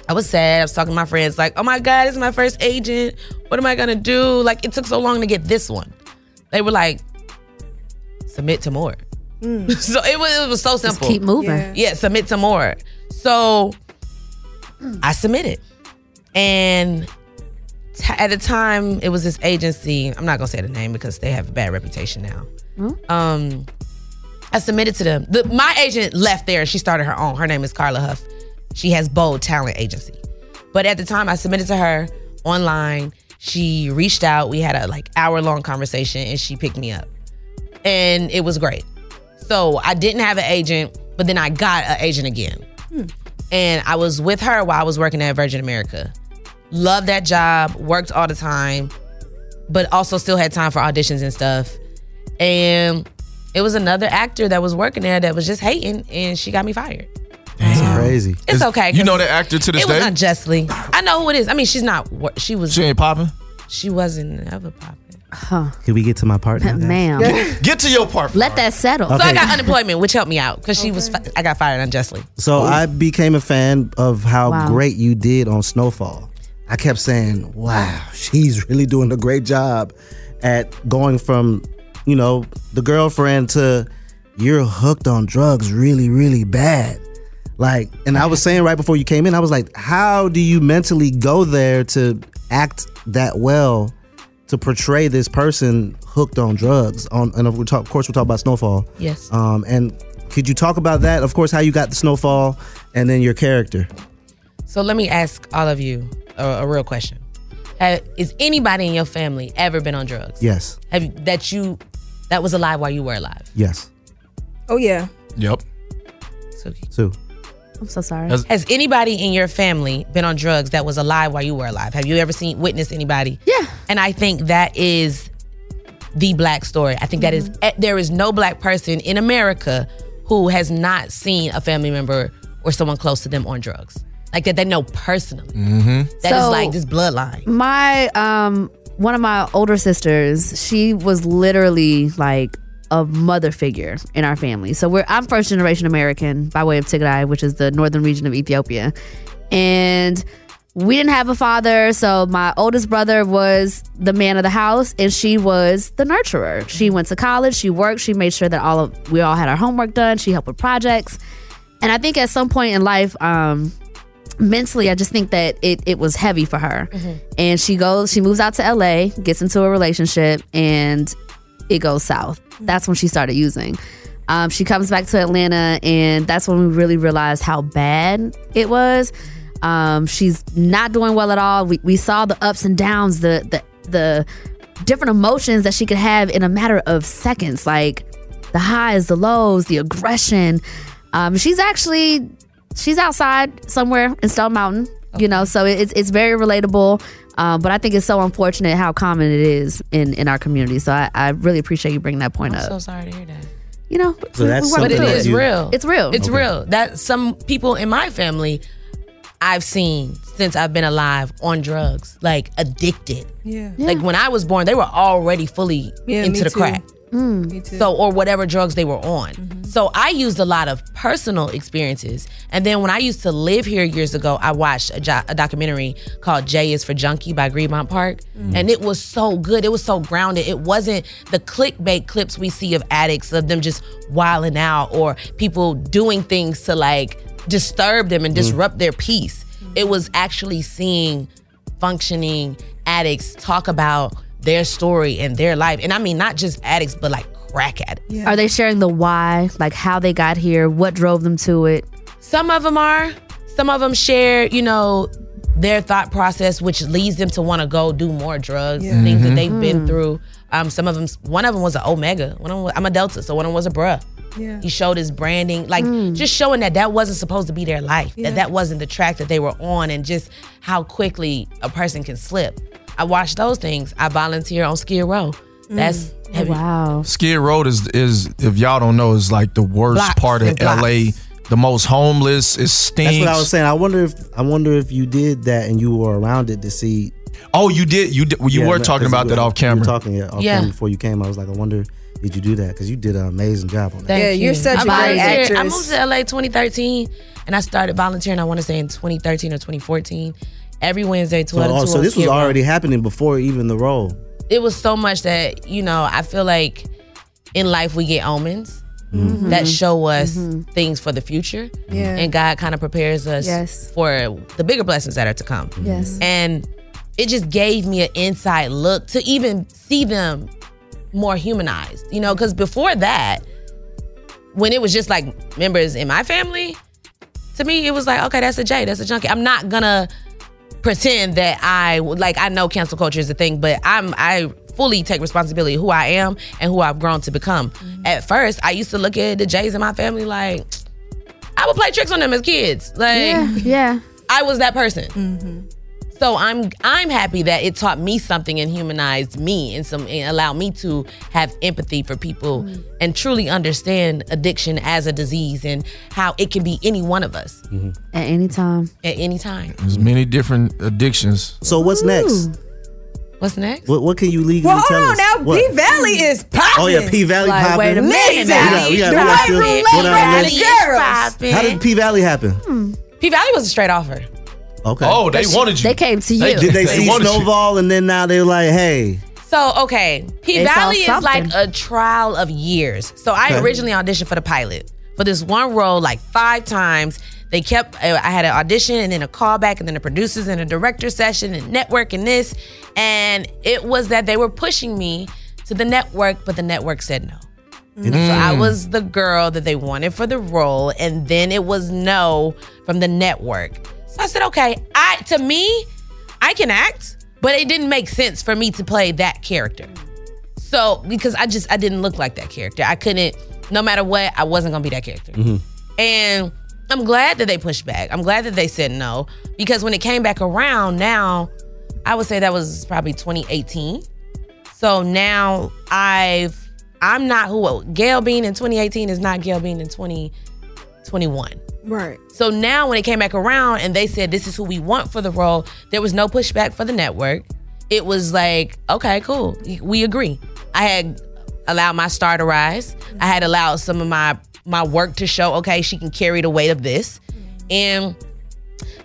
S5: I was sad. I was talking to my friends, like, oh my God, this is my first agent. What am I gonna do? Like, it took so long to get this one. They were like, submit to more. so it was, it was so simple.
S3: keep moving.
S5: Yeah. submit to more. So
S3: Mm.
S5: I submitted. And t- at the time, it was this agency. I'm not gonna say the name because they have a bad reputation now.
S3: Mm.
S5: Um, I submitted to them. The, my agent left there and she started her own. Her name is Carla Huff. She has Bold Talent Agency. But at the time, I submitted to her online. She reached out. We had a like hour long conversation and she picked me up. And it was great. So I didn't have an agent, but then I got an agent again. And I was with her while I was working at Virgin America. Loved that job, worked all the time, but also still had time for auditions and stuff. And it was another actor that was working there that was just hating, and she got me fired.
S2: That's crazy.
S5: It's okay.
S4: You know that actor to this
S5: it
S4: day?
S5: was unjustly. I know who it is. I mean, she's not. wor- She was.
S4: She ain't popping.
S5: She wasn't ever popping.
S3: Huh.
S2: Can we get to my part, now, guys?
S3: Ma'am.
S4: Get to your part.
S3: Let that settle.
S5: So I
S2: Okay.
S5: got unemployment, which helped me out because she was. Fi- I got fired unjustly.
S2: So I became a fan of how
S5: Wow.
S2: great you did on Snowfall. I kept saying, "Wow, she's really doing a great job at going from, you know, the girlfriend to you're hooked on drugs really really bad." Like, and I was saying right before you came in, I was like, "How do you mentally go there to act that well to portray this person hooked on drugs?" On and of we're talk- of course we're talking about Snowfall.
S5: Yes.
S2: Um, and could you talk about that? Of course, how you got the snowfall, and then your character.
S5: So let me ask all of you a, a real question: Have, Is anybody in your family ever been on drugs?
S2: Yes,
S5: Have you, that you that was alive while you were alive?
S2: yes.
S6: Oh yeah.
S4: Yep.
S2: Sue.
S3: I'm so sorry.
S5: Has, anybody in your family been on drugs that was alive while you were alive? Have you ever seen witnessed anybody?
S3: Yeah.
S5: And I think that is the black story. I think that is eh, there is no black person in America who has not seen a family member or someone close to them on drugs. Like that they know personally.
S4: Mm-hmm.
S5: That is
S3: So-
S5: like this bloodline.
S3: My um one of my older sisters, she was literally like a mother figure in our family. So we're I'm first generation American by way of Tigray, which is the northern region of Ethiopia. And we didn't have a father, so my oldest brother was the man of the house and she was the nurturer. She went to college, she worked, she made sure that all of we all had our homework done, she helped with projects. And I think at some point in life, um, mentally, I just think that it, it was heavy for her and she goes she moves out to LA, gets into a relationship, and it goes south. That's when she started using. Um, she comes back to Atlanta, and that's when we really realized how bad it was. Um, she's not doing well at all. We, we saw the ups and downs, the the the different emotions that she could have in a matter of seconds, like the highs, the lows, the aggression. Um, she's actually she's outside somewhere in Stone Mountain, you know. So it- it's it's very relatable, uh, but I think it's so unfortunate how common it is in in our community. So I, I really appreciate you bringing that point
S5: I'm
S3: up.
S5: so sorry to hear that.
S3: you know,
S5: So that's
S3: work
S5: something
S3: through
S5: that you- It's real.
S3: It's real.
S5: It's real. That some people in my family I've seen since I've been alive on drugs, like addicted.
S6: Yeah.
S5: Like when I was born, they were already fully
S6: Yeah, me
S5: into the
S6: too.
S5: crack.
S6: Me too.
S5: So or whatever drugs they were on.
S6: Mm-hmm.
S5: So I used a lot of personal experiences. And then when I used to live here years ago, I watched a, jo- a documentary called J is for Junkie by Greenmont Park.
S6: Mm.
S14: Mhm.
S5: And it was so good. It was so grounded. It wasn't the clickbait clips we see of addicts of them just wilding out or people doing things to like disturb them and disrupt their peace. It was actually seeing functioning addicts talk about their story and their life. And I mean, not just addicts, but like crack addicts.
S3: Are they sharing the why, like how they got here, what drove them to it?
S5: Some of them are. Some of them share, you know, their thought process, which leads them to want to go do more drugs,
S3: Yeah.
S5: things
S3: Mhm.
S5: that they've been
S3: Mm.
S5: through. Um, some of them, one of them was an Omega. One of 'em was, I'm a Delta, so one of them was a bruh.
S6: Yeah.
S5: He showed his branding, like just showing that that wasn't supposed to be their
S6: Mm.
S5: life,
S6: Yeah.
S5: that that wasn't the track that they were on, and just how quickly a person can slip. I watch those things. I volunteer on Skid Row.
S6: Mm.
S5: That's
S6: Oh,
S5: heavy.
S3: wow.
S4: Skid Road is is if y'all don't know is like the worst
S5: Blocks
S4: part
S5: and
S4: of
S5: blocks.
S4: LA. The most homeless. It stinks.
S2: That's what I was saying. I wonder if I wonder if you did that and you were around it to see.
S4: Oh, you did. You did, you were talking about that off camera.
S2: talking yeah, off
S5: Yeah.
S2: camera before you came. I was like, I wonder did you do that because you did an amazing job on that.
S5: Thank
S6: Yeah, you're such
S5: I
S6: a great
S5: volunteered- I
S6: actress.
S5: moved to LA 2013 and I started volunteering, I want to say in 2013 or 2014. Every Wednesday,
S2: So,
S5: 12 to
S2: oh,
S5: 2
S2: so
S5: on
S2: this was
S5: Skid Row.
S2: already happening before even the role.
S5: It was so much that, you know, I feel like in life we get omens
S2: Mhm.
S5: that show us things for the future.
S6: Mm-hmm. Yeah.
S5: And God kind of prepares us
S6: Yes.
S5: for the bigger blessings that are to come.
S6: Yes.
S5: And it just gave me an inside look to even see them more humanized, you know, because before that, when it was just like members in my family, to me it was like, okay, that's a J, that's a junkie. I'm not gonna pretend that I like I know cancel culture is a thing, but I'm I fully take responsibility of who I am and who I've grown to become. At first, I used to look at the J's in my family like I would play tricks on them as kids. Like
S3: Yeah, yeah.
S5: I was that person.
S6: Mm-hmm.
S5: So I'm I'm happy that it taught me something and humanized me and some and allowed me to have empathy for people
S3: Mm.
S5: and truly understand addiction as a disease and how it can be any one of us
S3: At any time.
S5: at any time.
S4: There's many different addictions.
S2: So what's next?
S5: What's next?
S2: What, what can you legally
S6: Well,
S2: tell
S6: hold on
S2: us?
S6: now.
S2: What?
S6: P Valley is popping.
S2: Oh yeah, P Valley
S6: Like,
S2: popping.
S6: Wait a minute. now.
S2: We got,
S6: the
S2: we got,
S6: white
S2: we
S6: roulette
S2: got,
S6: round
S2: we
S6: of
S2: got
S6: girls.
S2: How did P Valley happen?
S3: Hmm.
S5: P Valley was a straight offer.
S2: Okay.
S4: Oh, they wanted you.
S3: They came to you.
S2: Did they, see Snowball and then now they're like, hey,
S5: So okay, P
S2: They saw
S5: Valley is like
S2: something.
S5: a trial of years. So I
S2: Okay.
S5: originally auditioned for the pilot for this one role like five times. They kept I I had an audition and then a callback and then the producers and a director session and network and this, and it was that they were pushing me to the network, but the network said no.
S2: Mm.
S5: So
S6: Mm.
S5: I was the girl that they wanted for the role, and then it was no from the network. So I said, okay, I to me, I can act, but it didn't make sense for me to play that character. So because I just I didn't look like that character. I couldn't, no matter what, I wasn't gonna be that character. And I'm glad that they pushed back. I'm glad that they said no because when it came back around, now I would say that was probably 2018. So now I've I'm not who Gail Bean in 2018 is not Gail Bean in 2021.
S6: Right.
S5: So now when it came back around and they said this is who we want for the role, there was no pushback for the network. It was like, okay, cool. We agree. I had allowed my star to rise. I had allowed some of my my work to show. Okay, she can carry the weight of this. And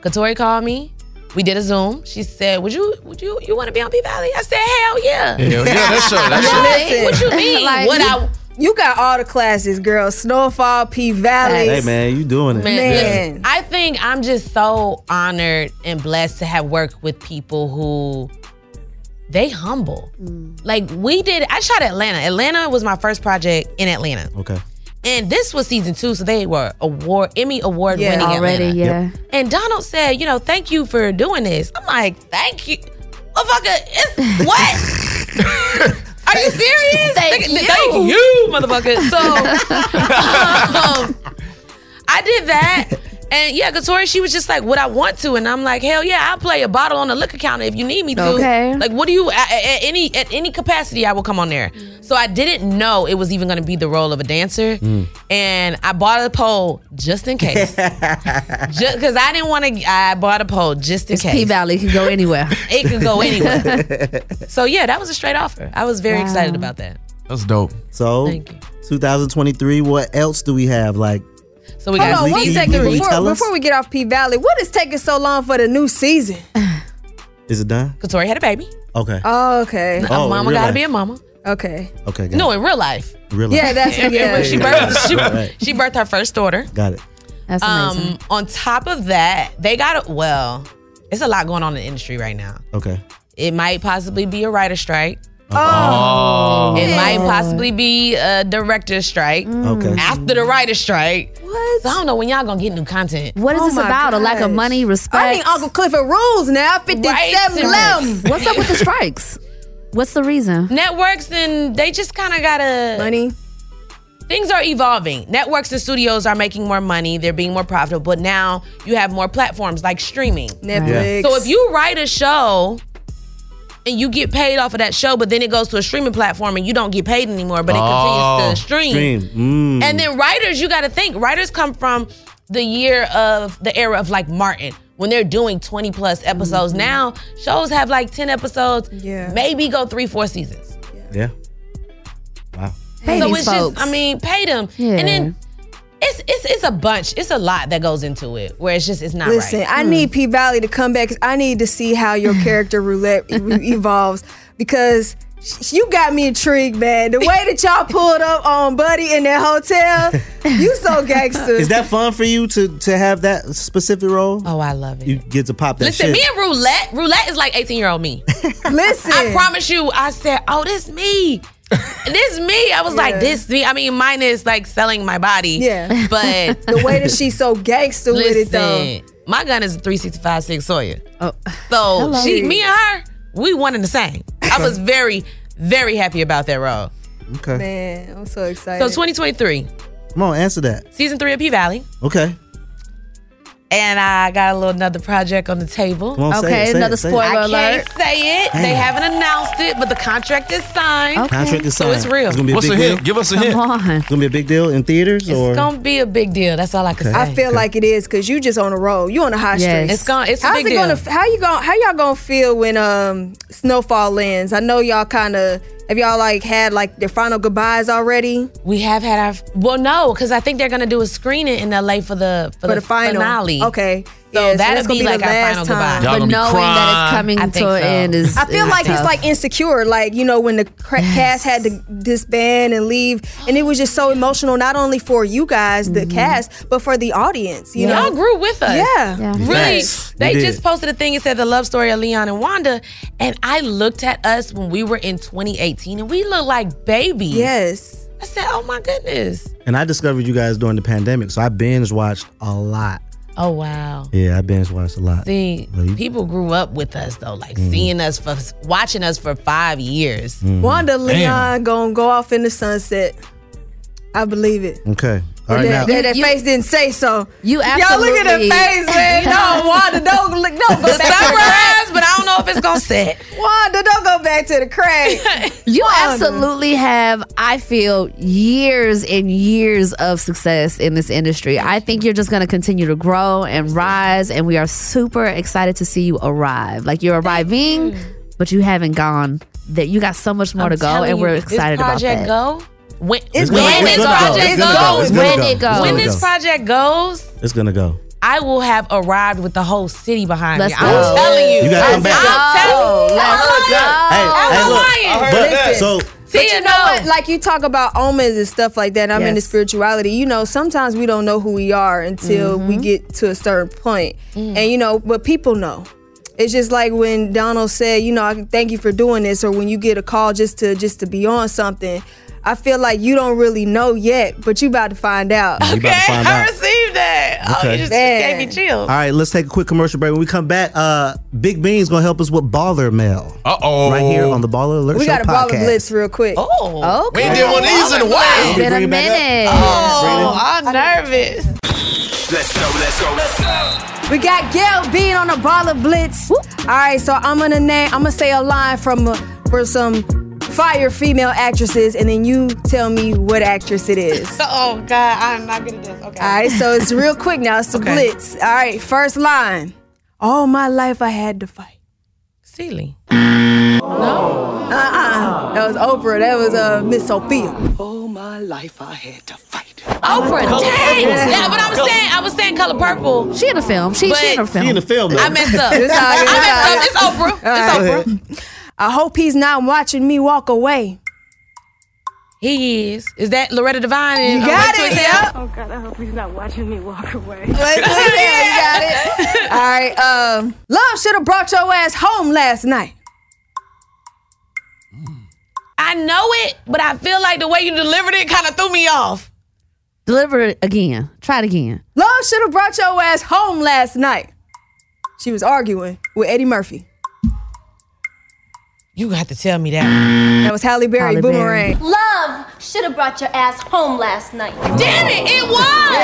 S5: Katori called me. We did a Zoom. She said, "Would you would you you want to be on P Valley?" I said, "Hell yeah!"
S4: Hell yeah, that's your- that's your-
S5: Listen, What you mean?
S6: Like,
S5: what
S6: you,
S5: I
S6: you got all the classes, girl. Snowfall, P Valley.
S2: Hey man, you doing it.
S5: Man, listen, I think I'm just so honored and blessed to have worked with people who they humble.
S6: Mm.
S5: Like we did, I shot Atlanta. Atlanta was my first project in Atlanta.
S2: Okay.
S5: And this was season two, so they were award Emmy award
S3: Yeah.
S5: winning
S3: Already,
S5: Atlanta.
S3: yeah. Yep.
S5: And Donald said, you know, thank you for doing this. I'm like, thank you, motherfucker. It's, what? Are you serious?
S3: Thank
S5: Nigga,
S3: you.
S5: thank you, motherfucker. So um, I did that. And yeah, Katori, she was just like, "What I want to," and I'm like, "Hell yeah, I'll play a bottle on the liquor counter if you need me to."
S3: Okay.
S5: Like, what do you at, at any at any capacity? I will come on there. So I didn't know it was even going to be the role of a dancer, and I bought a pole just in case, just because I didn't want to. I bought a pole just in
S3: It's
S5: case.
S3: P Valley. Can go anywhere.
S5: It could go anywhere. so yeah, that was a straight offer. I was very
S3: Wow.
S5: excited about that.
S4: That's dope.
S2: So, 2023. What else do we have? Like,
S5: so
S6: Hold on one
S2: Can you
S6: second
S2: really
S6: before,
S2: tell us?
S6: before we get off P Valley. What is taking so long for the new season?
S2: Is it done?
S5: Katori had a baby.
S2: Okay.
S6: Oh, okay.
S5: A
S2: Oh,
S5: mama
S2: real
S5: gotta
S2: life.
S5: be a mama.
S6: Okay.
S2: Okay. Got
S5: No,
S2: it.
S5: in real life.
S2: Real
S6: Yeah, that's- yeah.
S5: she
S2: Right,
S5: birthed. She,
S2: right, right.
S5: she birthed her first daughter.
S2: Got it.
S3: That's
S5: Um, on top of that, they got a well. It's a lot going on in the industry right now.
S2: Okay.
S5: It might possibly be a writer strike.
S2: Oh.
S5: It might possibly be a director strike.
S2: Mm. Okay.
S5: After the writer strike. What? I don't know when y'all gonna get new content.
S3: What is
S2: Oh
S3: this about? A lack of money, respect.
S6: Oh I need Uncle Clifford rules now. Fifty-seven
S3: Right.
S6: left.
S3: What's up with the strikes? What's the reason?
S5: Networks and they just kind of gotta
S6: money.
S5: Things are evolving. Networks and studios are making more money. They're being more profitable. But now you have more platforms like streaming.
S6: Netflix.
S5: So if you write a show and you get paid off of that show, but then it goes to a streaming platform and you don't get paid anymore, but it
S3: Oh,
S5: continues to stream.
S2: Oh. Mm.
S5: And then writers, you got to think writers come from the year of the era of like Martin when they're doing 20 plus episodes.
S2: Mm-hmm.
S5: Now shows have like 10 episodes, yeah. maybe go three, four seasons.
S2: Yeah. Wow.
S5: so it's just, I mean, pay them. And then it's, it's it's a bunch. It's a lot that goes into it where it's just, it's not
S6: Listen,
S5: right. Hmm.
S6: I need P Valley to come back. 'cause I need to see how your character roulette e- evolves because sh- you got me intrigued, man. The way that y'all pulled up on Buddy in that hotel, you so gangster.
S2: Is that fun for you to to have that specific role? Oh,
S5: I love it.
S2: You get to pop that
S5: Listen,
S2: shit.
S5: me and roulette, roulette is like 18 year old me.
S6: Listen,
S5: I promise you, I said, oh, this me. this me. I was like,
S6: Yeah.
S5: this me. I mean, mine is like selling my body.
S6: Yeah.
S5: But
S6: the way that she's so gangster with it though.
S5: Listen, My gun is a 365 six Sawyer.
S3: Oh.
S5: So
S6: Hello.
S5: she, me and her, we one and the same. I was very, very happy about that role.
S2: Okay.
S5: Mm.
S6: Man, I'm so excited.
S5: So 2023,
S2: Come on, answer that.
S5: season three of P Valley.
S2: Okay.
S5: And I got a little another project on the table.
S2: Come on, say it, Okay, say it, another say it. spoiler
S5: I
S2: alert.
S5: Can't say it. They
S2: Damn.
S5: haven't announced it, but the contract is signed.
S2: Contract is
S5: So
S2: signed.
S5: it's real.
S2: It's gonna be a big deal. It's gonna be a big deal in theaters or
S5: It's gonna be a big deal. That's all I can
S2: Okay.
S5: say.
S6: I feel like it is because you just on a roll. You on a high
S5: Yes.
S6: streak.
S5: It's gon- it's a
S6: How's
S5: big
S6: it gonna?
S5: deal.
S6: How you going How y'all gonna feel when um snowfall lands? I know y'all kind of have y'all like had like their final goodbyes already.
S5: We have had our well, no, because I think they're gonna do a screening in LA for the for,
S6: For the final.
S5: finale.
S6: Okay.
S5: so
S6: Yeah, so
S5: that'll
S6: that's gonna
S5: be
S6: be the
S5: like our
S6: last
S5: final
S6: time.
S5: goodbye.
S6: Y'all But gonna be knowing that it's crying. coming
S5: I think
S6: to
S3: an
S5: so.
S3: end is-
S6: I feel like it's like insecure, like you know when the cra- cast had to disband and leave, and it was just so emotional, not only for you guys, the cast, but for the audience. You
S5: Y'all
S6: know,
S5: grew with us.
S6: Yeah,
S5: Really.
S6: Facts.
S5: They
S6: We did.
S5: just posted a thing and said the love story of Leon and Wanda. And I looked at us when we were in 2018 and we looked like babies.
S6: Yes.
S5: I said, oh my goodness.
S2: and I discovered you guys during the pandemic, so I binge watched a lot.
S5: Oh wow.
S2: Yeah, I binge watched a lot.
S5: See,
S2: Well, you-
S5: people grew up with us though, like
S2: Mhm.
S5: seeing us for watching us for five years.
S2: Mhm.
S6: Wanda Leon
S2: Damn.
S6: gonna go off in the sunset. I believe it.
S2: Okay. All right
S6: that,
S2: now.
S6: that- that face didn't say so.
S3: You
S6: Y'all look at
S3: absolutely-
S6: her face, man. No, Wanda, don't look. Don't go
S5: The
S6: back.
S5: sunrise, but I don't know if it's gonna set.
S6: Wanda, don't go back to the crack.
S3: You
S6: Wanda.
S3: absolutely have, I feel, years and years of success in this industry. I think you're just going to continue to grow and rise, and we are super excited to see you arrive. Like you're arriving, but you haven't gone that you got so much more
S5: I'm
S3: to go,
S5: telling
S3: and
S5: you,
S3: we're
S5: this
S3: excited about
S5: project
S3: that.
S5: Go when
S2: It's
S5: when
S2: gonna-
S5: this
S2: it's gonna go. It's
S5: project
S2: gonna go.
S5: goes
S2: It's gonna
S5: when
S2: go.
S5: it
S2: It's gonna
S5: goes when
S2: go.
S5: this project goes
S2: It's gonna go.
S5: I will have arrived with the whole city behind
S2: Let's
S5: me. I'm
S2: go.
S5: telling you.
S2: You gotta come back.
S5: I'm telling you.
S6: Let's
S5: I'm
S6: go.
S5: lying.
S6: Hey,
S5: I'm
S6: hey, look.
S5: lying.
S6: I heard that.
S2: So
S6: But you know what? Like you talk about omens and stuff like that. and I'm into
S5: Yes.
S6: spirituality. You know, sometimes we don't know who we are until we get to a certain point. And you know, but people know. It's just like when Donald said, you know, I thank you for doing this, or when you get a call just to just to be on something. I feel like you don't really know yet, but you about to find out.
S2: You about to Okay, find I out.
S5: received that.
S2: Oh, you Okay. just
S5: gave me
S2: All
S5: chills.
S2: right, let's take a quick commercial break. When we come back, uh, Big Bean's gonna help us with baller mail.
S4: Uh oh.
S2: Right here on the Baller Alert
S6: We
S2: Show
S6: got a ball of
S2: podcast.
S6: blitz real quick.
S5: Oh,
S4: We ain't did one of these in a while.
S6: It's been a
S4: Bring it back up.
S6: minute.
S5: Oh, I'm nervous.
S1: Let's go, let's go, let's go.
S6: We got Gail being on a ball of blitz. All right, so I'm gonna name. I'm gonna say a line from uh, for some fire female actresses, and then you tell me what actress it is.
S5: Oh God, I'm not good at this. Okay.
S6: All right, so it's real quick now. It's the
S5: Okay.
S6: blitz. All right, first line. All my life I had to fight.
S5: Sealy.
S6: Uh uh That was Oprah. That was uh, Miss Sophia. All my life I had to fight.
S5: Oprah,
S6: Color Purple.
S5: dang! Yeah, but I was saying, I was saying color purple.
S3: She in a film. She, she in a film. She in a film, though.
S5: I messed up. I
S6: It's all right,
S5: messed up. It's Oprah. It's Oprah.
S6: I hope he's not watching me walk away.
S5: He is. Is that Loretta Devine? and,
S6: You
S5: uh,
S6: got
S5: Rachel
S6: it,
S5: Zegler?
S6: yep.
S14: Oh God, I hope he's not watching me walk away.
S6: Wait, wait, wait, you got it. All right. Um, love should have brought your ass home last night.
S5: I know it, but I feel like the way you delivered it kind of threw me off.
S3: Deliver it again. Try it again.
S6: Love should have brought your ass home last night. She was arguing with Eddie Murphy.
S5: You got to tell me that.
S6: That was Halle Berry,
S5: Halle Berry.
S6: Boomerang.
S15: Love should have brought your ass home last night.
S5: Damn it, it was!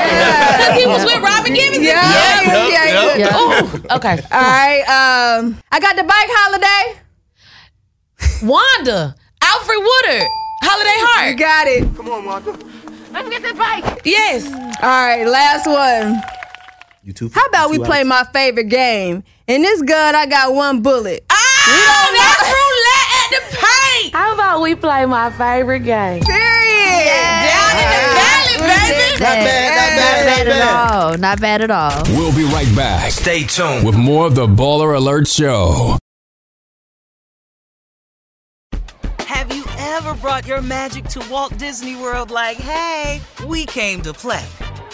S5: Because he was with Robin Givens.
S6: Yeah, yeah, yeah.
S5: Ooh, Oh, okay.
S6: All right. Um, I got the bike holiday.
S5: Wanda, Alfred Woodard, Holiday Heart.
S6: You got it.
S5: Come on, Wanda. Let's get this bike. Yes.
S6: All right. Last one.
S2: You two.
S6: How about we
S2: two out.
S6: play my favorite game? In this gun, I got one bullet.
S5: Ah, Oh, that's roulette at the paint.
S14: How about we play my favorite game?
S6: Period.
S5: Down in the valley, baby.
S3: Not bad at all. Not bad at all.
S10: We'll be right back. Stay tuned with more of the Baller Alert Show.
S11: Have you ever brought your magic to Walt Disney World like, hey, we came to play?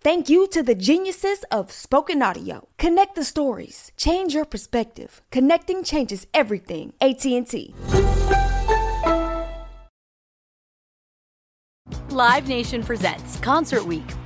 S12: Thank you to the geniuses of spoken audio. Connect the stories. Change your perspective. Connecting changes everything. AT&T.
S13: Live Nation presents Concert Week.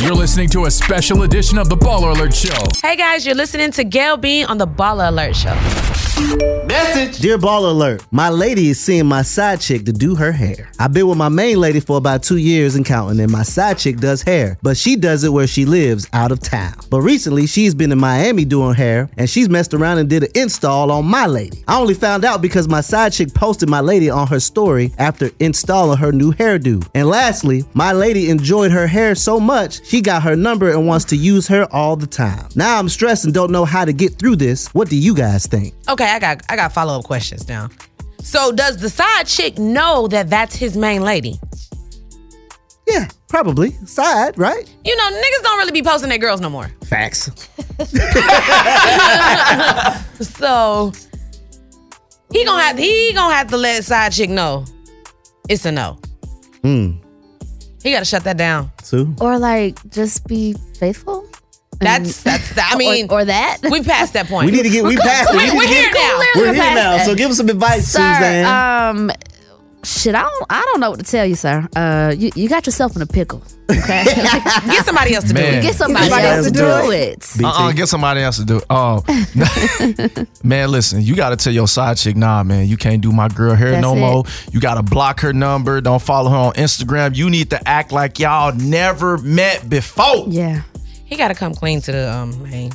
S10: You're listening to a special edition of the Baller Alert Show.
S5: Hey guys, you're listening to Gail Bean on the Baller Alert Show.
S2: Dear Ball Alert, my lady is seeing my side chick to do her hair. I've been with my main lady for about two years and counting, and my side chick does hair, but she does it where she lives out of town. But recently, she's been in Miami doing hair, and she's messed around and did an install on my lady. I only found out because my side chick posted my lady on her story after installing her new hairdo. And lastly, my lady enjoyed her hair so much, she got her number and wants to use her all the time. Now I'm stressed and don't know how to get through this. What do you guys think?
S5: Okay, I got I got follow up questions now. So does the side chick know that that's his main lady?
S2: Yeah, probably side, right?
S5: You know, niggas don't really be posting their girls no more.
S2: Facts.
S5: so he gonna have he gonna have to let side chick know it's a no.
S2: Mm.
S5: He gotta shut that down.
S2: Sue.
S3: Or like just be faithful.
S5: That's that's the, I mean
S3: or, that
S5: we passed that point.
S2: We need to get. We
S3: We're
S2: passed. it.
S3: clear-
S2: We need to
S3: we're
S2: get-
S3: here now.
S2: We're
S3: Clearly
S2: here
S3: passed
S2: now.
S3: it.
S2: So give us some advice,
S3: sir,
S2: Suzanne.
S3: Um, shit, I don't I don't know what to tell you, sir. Uh, you, you got yourself in a pickle. Okay,
S5: get somebody else to do it. Uh-uh.
S3: Get somebody, else to do it.
S4: Uh uh get somebody else to do it. Oh, man, listen, you got to tell your side chick, nah, man, you can't do my girl hair
S3: That's
S4: no
S3: it.
S4: more. You got to block her number. Don't follow her on Instagram. You need to act like y'all never met before.
S3: Yeah.
S5: He gotta come clean to the um main.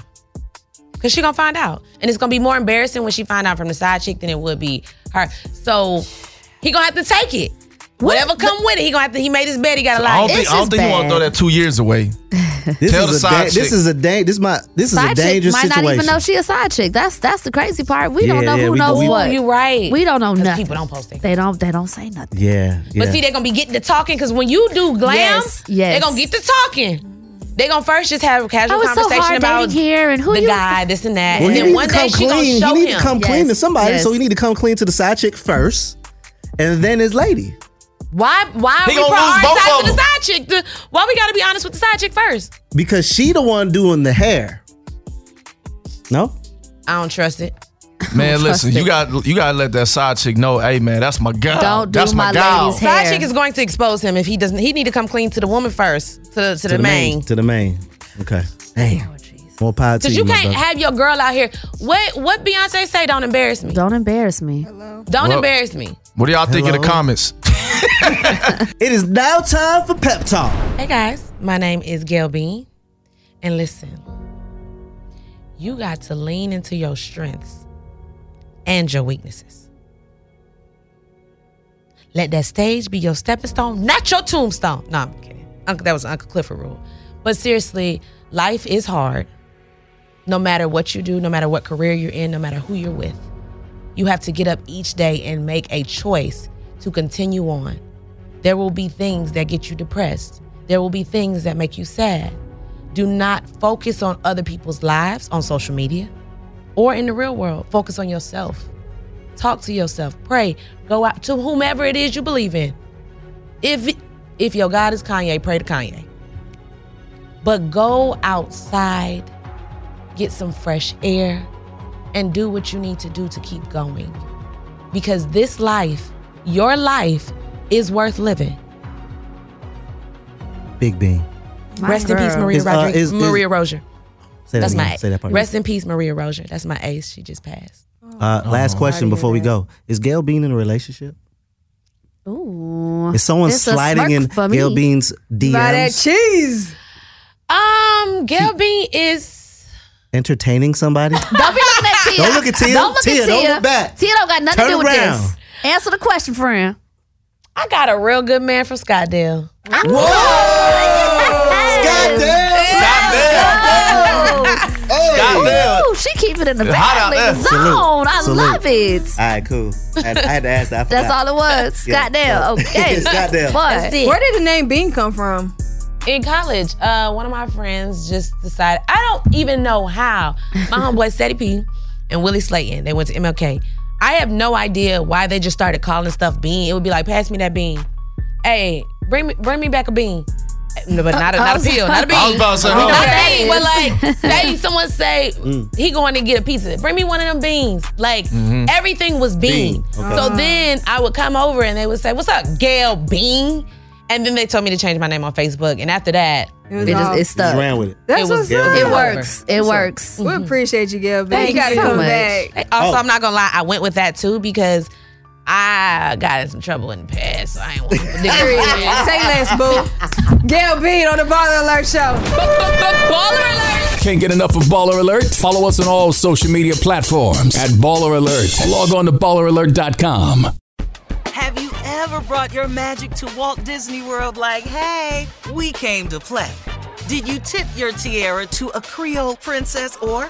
S5: Cause she gonna find out. And it's gonna be more embarrassing when she find out from the side chick than it would be her. So he gonna have to take it. Whatever come with it, he gonna have to he made his bed, he gotta lie.
S4: I don't think, I don't think you want to throw that two years away.
S2: This
S4: Tell the
S2: is a
S4: side
S2: da-
S4: chick.
S2: This is a dang. This my. This is a
S3: side chick
S2: dangerous
S3: might
S2: situation.
S3: not even know she a side chick. That's that's the crazy part. We don't know
S2: Yeah, yeah,
S3: who
S2: we-
S3: knows
S2: we-
S3: what.
S5: You right?
S3: We don't know nothing.
S5: people don't post it.
S3: They don't. They don't say nothing.
S2: yeah, yeah.
S5: But see, they're gonna be getting to talking because when you do glam,
S3: Yes, yes.
S5: they're gonna get to talking. They're gonna first just have a casual
S3: Oh, it's so
S5: conversation
S3: hard
S5: about
S3: dating here and who
S5: the
S3: you-
S5: guy, this and that.
S2: Well,
S5: and
S2: he
S5: then
S2: need
S5: one
S2: to come
S5: day she
S2: clean.
S5: gonna show
S2: he need
S5: him.
S2: to come clean to somebody, so he need to come clean to the side chick first, and then his lady.
S5: Why? Why are
S2: He
S5: we
S2: gonna lose both
S5: prioritizing
S2: of
S5: the
S2: them.
S5: side chick? The- Why we gotta be honest with the side chick first?
S2: because she the one doing the hair. No,
S5: I don't trust it.
S4: Man,
S5: Don't
S4: listen,
S5: trust
S4: you got you got to let that side chick know, hey, man, that's my guy. that's my, guy.
S5: Side chick is going to expose him if he doesn't. He need to come clean to the woman first, to the, to the, main. Oh,
S2: to the main. Okay, damn. More power to
S5: Cause
S2: you,
S5: you
S2: my
S5: can't
S2: brother.
S5: have your girl out here. What what Beyonce say? Don't embarrass me.
S3: Don't embarrass me.
S5: Don't
S4: Well-
S5: embarrass me.
S4: What do y'all think in the
S2: Hello?
S4: comments?
S2: it is now time for pep talk.
S5: Hey guys, my name is Gail Bean. And listen, you got to lean into your strengths and your weaknesses. Let that stage be your stepping stone, not your tombstone. No, I'm kidding. Uncle, that was Uncle Clifford rule. But seriously, life is hard. No matter what you do, no matter what career you're in, no matter who you're with, you have to get up each day and make a choice to continue on. There will be things that get you depressed. There will be things that make you sad. Do not focus on other people's lives on social media or in the real world. Focus on yourself. Talk to yourself. Pray. Go out to whomever it is you believe in. If if your God is Kanye, pray to Kanye. But go outside, get some fresh air, and do what you need to do to keep going. Because this life, your life, is worth living.
S2: Big Bean.
S5: Rest in peace, Maria
S2: Is, uh,
S5: Rodriguez.
S2: is- is-
S5: Maria Rozier.
S2: Say that
S5: That's
S2: again.
S5: my
S2: Say that part.
S5: Rest in peace, Maria Rozier. That's my ace. She just passed.
S2: Uh,
S3: Oh.
S5: Oh,
S2: last question before we go: Is Gail Bean in a relationship?
S3: Ooh.
S2: Is someone
S3: It's a
S2: sliding
S3: smirk
S2: in
S3: for me.
S2: Gail Bean's DMs?
S6: cheese.
S5: Um, Gail Bean is.
S2: Entertaining somebody?
S3: Don't be looking at Tia.
S2: Don't look at Tia.
S3: Don't look
S2: Tia,
S3: at Tia.
S2: don't look back.
S3: Tia don't got nothing
S2: Turn
S3: to do with
S2: around.
S3: this. Answer the question, friend.
S5: I got a real good man from Scottsdale.
S2: Scottsdale.
S3: Ooh, she keep it in the
S2: It's hot out
S3: back zone.
S2: there. Salute.
S3: I
S2: Salute.
S3: love it.
S2: All right, cool. I had, I had to ask that. I
S3: That's
S2: forgot.
S3: all it was.
S2: Yeah.
S3: Scottsdale. Okay.
S2: Scottsdale.
S3: But
S5: That's it.
S6: Where did the name Bean come from?
S5: In college, uh, one of my friends just decided, I don't even know how. My homeboy Steady P and Willie Slayton, they went to MLK. I have no idea why they just started calling stuff bean. It would be like, pass me that bean. Hey, bring me bring me back a bean. No, but not a,
S1: Uh, I
S5: not a
S1: was-
S5: pill, not a bean.
S1: I was about to say,
S5: Not
S1: hold
S5: a
S1: on. Mm.
S5: bean, but like, say someone say he going to get a pizza. Bring me one of them beans. Like
S1: Mhm.
S5: everything was bean.
S1: Bean, okay.
S5: So
S1: Ah.
S5: then I would come over and they would say, "What's up, Gail Bean?" And then they told me to change my name on Facebook. And after that,
S6: It was It just- all- it stuck.
S2: Just ran with it.
S6: That's
S5: was-
S6: what's
S5: it
S6: up.
S5: was It works. over. It
S3: works.
S6: We appreciate you, Gail. Bean. you
S5: Mm-hmm.
S6: gotta
S5: Thank you so
S6: come
S5: much.
S6: back.
S5: Hey, Also, I'm not gonna lie, I went with that too because I got in some trouble in the past. So I ain't want to
S6: Period. Say less, boo. Gail Bean on the Baller Alert Show.
S5: Baller Alert.
S10: Can't get enough of Baller Alert? Follow us on all social media platforms at Baller Alert. Log on to balleralert.com.
S11: Have you ever brought your magic to Walt Disney World like, hey, we came to play? Did you tip your tiara to a Creole princess or